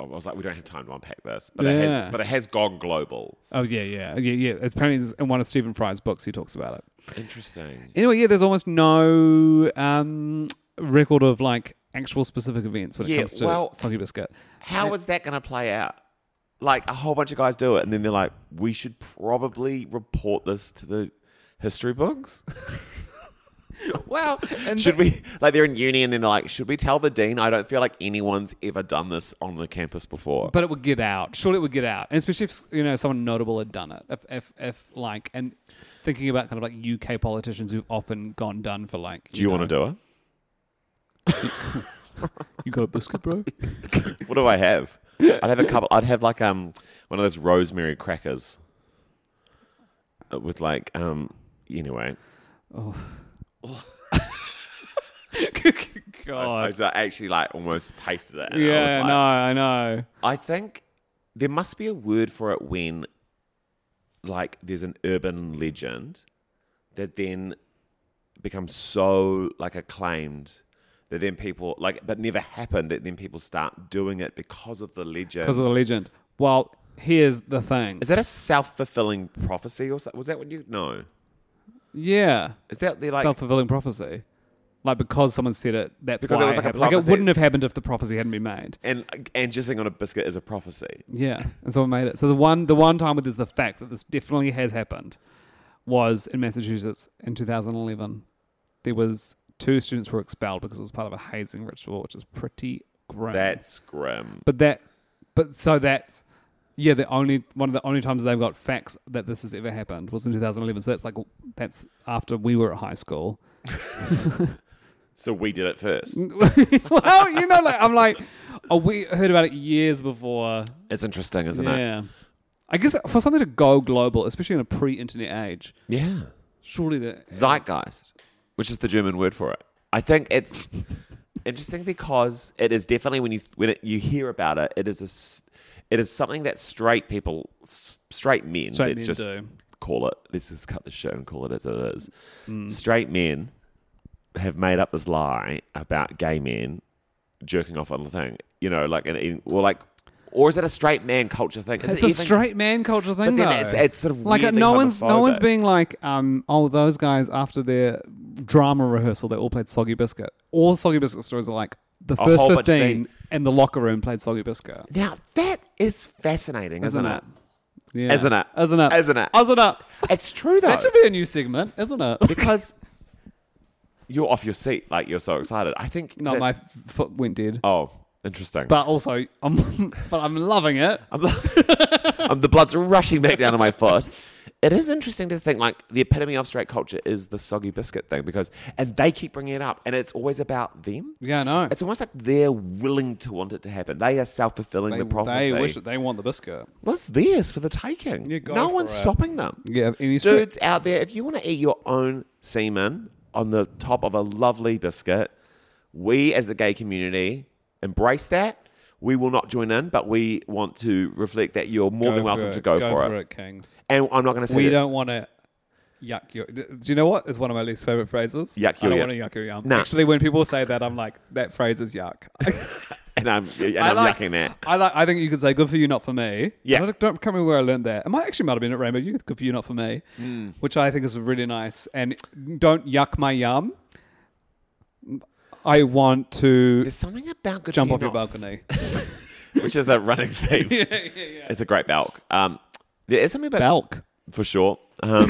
Speaker 1: I was like, we don't have time to unpack this, but it
Speaker 2: Yeah.
Speaker 1: has, but it has gone global.
Speaker 2: Oh yeah, yeah, yeah, yeah. It's Apparently, in one of Stephen Fry's books, he talks about it.
Speaker 1: Interesting.
Speaker 2: Anyway, yeah, there's almost no um, record of like actual specific events when it
Speaker 1: Yeah,
Speaker 2: comes to
Speaker 1: well-
Speaker 2: soggy biscuit.
Speaker 1: How is that going to play out? Like a whole bunch of guys do it, and then they're like, we should probably report this to the history books.
Speaker 2: [LAUGHS] Wow, [LAUGHS] and
Speaker 1: Should we? Like they're in uni, and then they're like, should we tell the dean? I don't feel like anyone's ever done this on the campus before.
Speaker 2: But it would get out. Surely it would get out, and especially if you know someone notable had done it. If, if, if like, and thinking about kind of like UK politicians who've often gone done for like.
Speaker 1: do you want to do it?
Speaker 2: You got a
Speaker 1: [LAUGHS]
Speaker 2: biscuit, bro? [LAUGHS]
Speaker 1: What do I have? I'd have a couple. I'd have like um one of those rosemary crackers Uh, with like um anyway. I, I
Speaker 2: God.
Speaker 1: was, uh, actually like almost tasted it. And I was
Speaker 2: Oh. yeah,
Speaker 1: like,
Speaker 2: no, I know.
Speaker 1: I think there must be a word for it when, like, there's an urban legend that then becomes so like acclaimed that then people like, but never happened. That then people start doing it because of the legend.
Speaker 2: Because of the legend. Well, here's the thing.
Speaker 1: Is that a self fulfilling prophecy or something? Was that what you? No.
Speaker 2: Yeah.
Speaker 1: Is that the like?
Speaker 2: self-fulfilling prophecy. Like because someone said it, that's
Speaker 1: Because
Speaker 2: why
Speaker 1: it was
Speaker 2: it
Speaker 1: like a
Speaker 2: happened. like it
Speaker 1: prophecy.
Speaker 2: wouldn't have happened if the prophecy hadn't been made.
Speaker 1: and and just sitting on a biscuit is a prophecy.
Speaker 2: Yeah, and someone made it. So the one, the one time where there's the fact that this definitely has happened was in Massachusetts in 2011. There was two students were expelled because it was part of a hazing ritual, which is pretty grim.
Speaker 1: That's grim.
Speaker 2: but that, but so that's yeah, the only one of the only times they've got facts that this has ever happened was in 2011. So that's like that's after we were at high school. [LAUGHS]
Speaker 1: So we did it first.
Speaker 2: well, you know, like I'm like, oh, we heard about it years before.
Speaker 1: It's interesting, isn't it?
Speaker 2: yeah, I guess for something to go global, especially in a pre-internet age,
Speaker 1: Yeah.
Speaker 2: surely that
Speaker 1: Zeitgeist, which is the German word for it. I think
Speaker 2: [LAUGHS]
Speaker 1: it's interesting because it is definitely when you when it, you hear about it, it is a s- it is something that straight people, s- straight men,
Speaker 2: Straight
Speaker 1: let's
Speaker 2: men
Speaker 1: just
Speaker 2: do.
Speaker 1: call it. Let's just cut the shit and call it as it is.
Speaker 2: Mm.
Speaker 1: Straight men have made up this lie about gay men jerking off on the thing. You know, like and eating- or like. Or is it a straight man culture thing? Is
Speaker 2: it's
Speaker 1: it
Speaker 2: a
Speaker 1: even-
Speaker 2: straight man culture
Speaker 1: then
Speaker 2: thing, though.
Speaker 1: it's- it's sort of
Speaker 2: like uh,
Speaker 1: weirdly
Speaker 2: no one's no one's
Speaker 1: homophobic.
Speaker 2: being like, um, oh, those guys after their drama rehearsal, they all played Soggy Biscuit. All the Soggy Biscuit stories are like the
Speaker 1: A
Speaker 2: first
Speaker 1: whole bunch of
Speaker 2: fifteen in the locker room played Soggy Biscuit,
Speaker 1: Now that is fascinating, isn't,
Speaker 2: isn't
Speaker 1: it?
Speaker 2: it? Yeah.
Speaker 1: Isn't it?
Speaker 2: Isn't it?
Speaker 1: Isn't it?
Speaker 2: Isn't
Speaker 1: [LAUGHS]
Speaker 2: it?
Speaker 1: It's true though.
Speaker 2: That should be a new segment, isn't it?
Speaker 1: because you're off your seat, like you're so excited. I think
Speaker 2: [LAUGHS] No,
Speaker 1: that-
Speaker 2: my foot went dead.
Speaker 1: oh, interesting. [LAUGHS]
Speaker 2: But also, I'm [LAUGHS] but I'm loving it.
Speaker 1: um, the blood's rushing back down to my foot. It is interesting to think like the epitome of straight culture is the soggy biscuit thing because, and they keep bringing it up, and it's always about them.
Speaker 2: Yeah, I know.
Speaker 1: It's almost like they're willing to want it to happen. They are self fulfilling
Speaker 2: They,
Speaker 1: the prophecy.
Speaker 2: they wish it, they want the biscuit.
Speaker 1: well, it's theirs for the taking.
Speaker 2: Yeah, go
Speaker 1: no
Speaker 2: for
Speaker 1: one's
Speaker 2: it.
Speaker 1: stopping them.
Speaker 2: Yeah, any
Speaker 1: dudes out there, if you want to eat your own semen on the top of a lovely biscuit, we as the gay community embrace that. We will not join in, but we want to reflect that you're more than welcome to go, for, it.
Speaker 2: Kings.
Speaker 1: And I'm not going to say
Speaker 2: We
Speaker 1: that-
Speaker 2: don't want to yuck your. Do you know what is one of my least favorite phrases?
Speaker 1: Yuck your
Speaker 2: I don't
Speaker 1: yum.
Speaker 2: want to yuck your yum.
Speaker 1: Nah.
Speaker 2: Actually, when people say that, I'm like, that phrase is yuck. [LAUGHS]
Speaker 1: And I'm, and
Speaker 2: I
Speaker 1: I'm
Speaker 2: like-
Speaker 1: yucking that.
Speaker 2: I like. I think you could say "good for you, not for me."
Speaker 1: Yeah.
Speaker 2: I don't, don't can't remember where I learned that. It might actually might have been at Rainbow Youth. Good for you, not for me, which I think is really nice. And don't yuck my yum. I want to
Speaker 1: There's something about good
Speaker 2: jump
Speaker 1: for
Speaker 2: off your
Speaker 1: you not-
Speaker 2: balcony.
Speaker 1: which is a
Speaker 2: [LAUGHS]
Speaker 1: running theme. It's a great balk. Um, there is something about
Speaker 2: Balk.
Speaker 1: for sure.
Speaker 2: [LAUGHS]
Speaker 1: Um,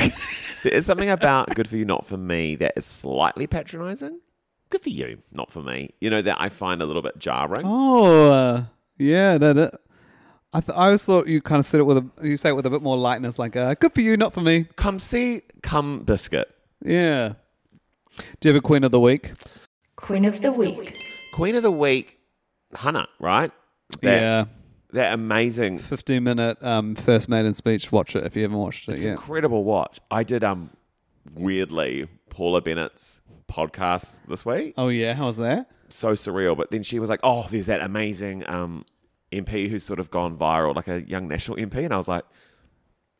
Speaker 1: there is something about good for you, not for me that is slightly patronizing. Good for you, not for me. You know, that I find a little bit jarring.
Speaker 2: Oh, uh, yeah, that it. I, th- I always thought you kind of said it with a you say it with a bit more lightness, like uh, "good for you, not for me."
Speaker 1: Come see, come biscuit.
Speaker 2: Yeah. Do you have a queen of the week?
Speaker 4: Queen of the Week.
Speaker 1: Queen of the week, Hannah, right? That,
Speaker 2: yeah,
Speaker 1: That amazing,
Speaker 2: fifteen minute um, first maiden speech. Watch it if you haven't watched it
Speaker 1: it's
Speaker 2: yet.
Speaker 1: incredible watch. I did, um, weirdly, Paula Bennett's podcast this week.
Speaker 2: oh yeah, how's that?
Speaker 1: so surreal. But then she was like, "Oh, there's that amazing um, MP who's sort of gone viral, like a young national MP," and I was like,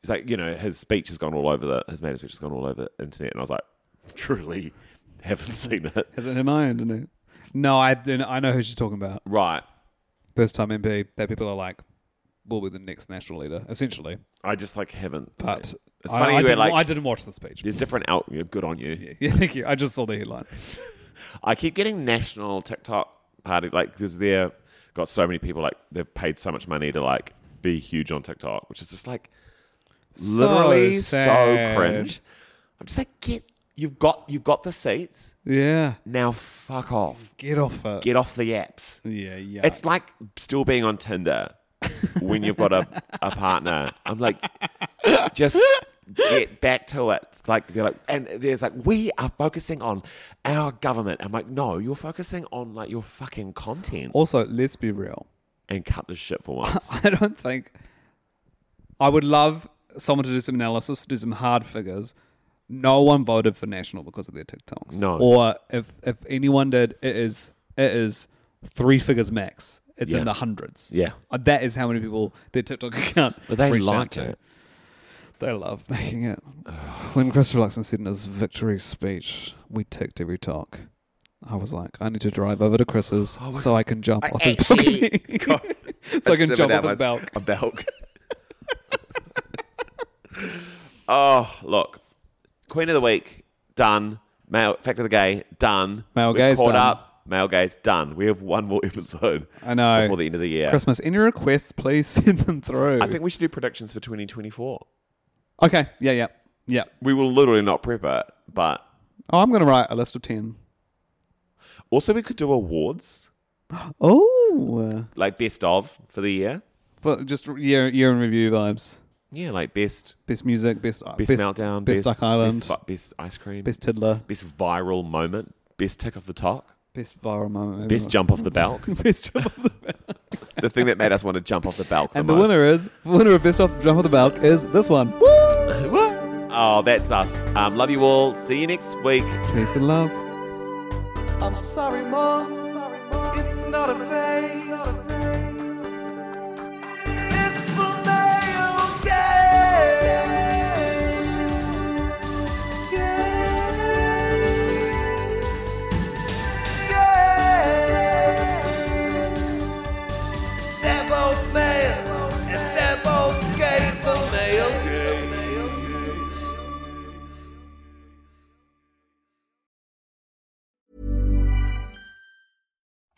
Speaker 1: "It's like you know his speech has gone all over the his made speech has gone all over the internet," and I was like, "Truly, haven't seen it." [LAUGHS]
Speaker 2: Is it in my internet? No, I then I know who she's talking about.
Speaker 1: Right,
Speaker 2: First time MP that people are like, will be the next national leader, essentially.
Speaker 1: I just like haven't.
Speaker 2: But
Speaker 1: seen it. it's
Speaker 2: I-
Speaker 1: funny
Speaker 2: I,
Speaker 1: you were
Speaker 2: didn't,
Speaker 1: like,
Speaker 2: I didn't watch the speech.
Speaker 1: "There's different out." you know, good on you.
Speaker 2: [LAUGHS] Yeah, thank you. I just saw the headline.
Speaker 1: I keep getting national TikTok party like because they're got so many people like they've paid so much money to like be huge on TikTok, which is just like literally so,
Speaker 2: sad.
Speaker 1: cringe. I'm just like, get you've got you've got the seats
Speaker 2: Yeah,
Speaker 1: now. Fuck off.
Speaker 2: get off it.
Speaker 1: Get off the apps.
Speaker 2: yeah, yeah.
Speaker 1: It's like still being on Tinder when you've got a, a partner. I'm like, just get back to it. It's Like they're like, and there's like, we are focusing on our government. I'm like, no, you're focusing on like your fucking content
Speaker 2: Also, let's be real. [LAUGHS]
Speaker 1: and cut the shit for once.
Speaker 2: I don't think I would love someone to do some analysis, to do some hard figures. No one voted for National because of their TikToks.
Speaker 1: No.
Speaker 2: Or if if anyone did, it is it is three figures max. It's
Speaker 1: Yeah.
Speaker 2: in the hundreds.
Speaker 1: Yeah.
Speaker 2: Uh, That is how many people their TikTok [LAUGHS] account.
Speaker 1: But they
Speaker 2: reached out
Speaker 1: like
Speaker 2: to.
Speaker 1: it.
Speaker 2: They love making it. when Christopher Luxon said in his victory speech, "We ticked every talk," I was like, "I need to drive over
Speaker 1: [GASPS]
Speaker 2: to Chris's
Speaker 1: Oh
Speaker 2: so I can jump off his [LAUGHS] balcony." so I can
Speaker 1: should've
Speaker 2: jump
Speaker 1: been
Speaker 2: off his
Speaker 1: that one.
Speaker 2: balcony.
Speaker 1: [LAUGHS] A belk. oh, look. Queen of the Week, done. Male Fact of the Gay, done.
Speaker 2: Male
Speaker 1: We've
Speaker 2: gaze,
Speaker 1: caught
Speaker 2: done.
Speaker 1: up. Male gays, done. We have one more [LAUGHS] episode
Speaker 2: I know.
Speaker 1: before the end of the year.
Speaker 2: Christmas. Any requests, please [LAUGHS] send them through.
Speaker 1: I think we should do predictions for 2024.
Speaker 2: Okay. Yeah, yeah. Yeah.
Speaker 1: We will literally not prep it, but
Speaker 2: Oh, I'm going to write a list of 10.
Speaker 1: also we could do awards,
Speaker 2: Oh.
Speaker 1: like best of for the year.
Speaker 2: But just year, year in review vibes.
Speaker 1: Yeah, like best
Speaker 2: Best music, best
Speaker 1: best, meltdown,
Speaker 2: best, Duck Island,
Speaker 1: best,
Speaker 2: best,
Speaker 1: vi- best ice cream, best,
Speaker 2: best Tiddler,
Speaker 1: viral moment, best tick off the talk,
Speaker 2: best viral moment,
Speaker 1: best jump off the
Speaker 2: [LAUGHS]
Speaker 1: balcony.
Speaker 2: best jump. off the-
Speaker 1: the thing that made us want to jump off the balcony.
Speaker 2: and the winner is the winner of best off jump off the balk is
Speaker 1: [LAUGHS]
Speaker 2: this one. Woo!
Speaker 1: Oh, that's us. Um, love you all. See you next week.
Speaker 2: Peace and love. I'm sorry, mom. It's not a phase. It's the male gaze. Gaze. Gaze. They're both male, and they're both gay. The male gaze.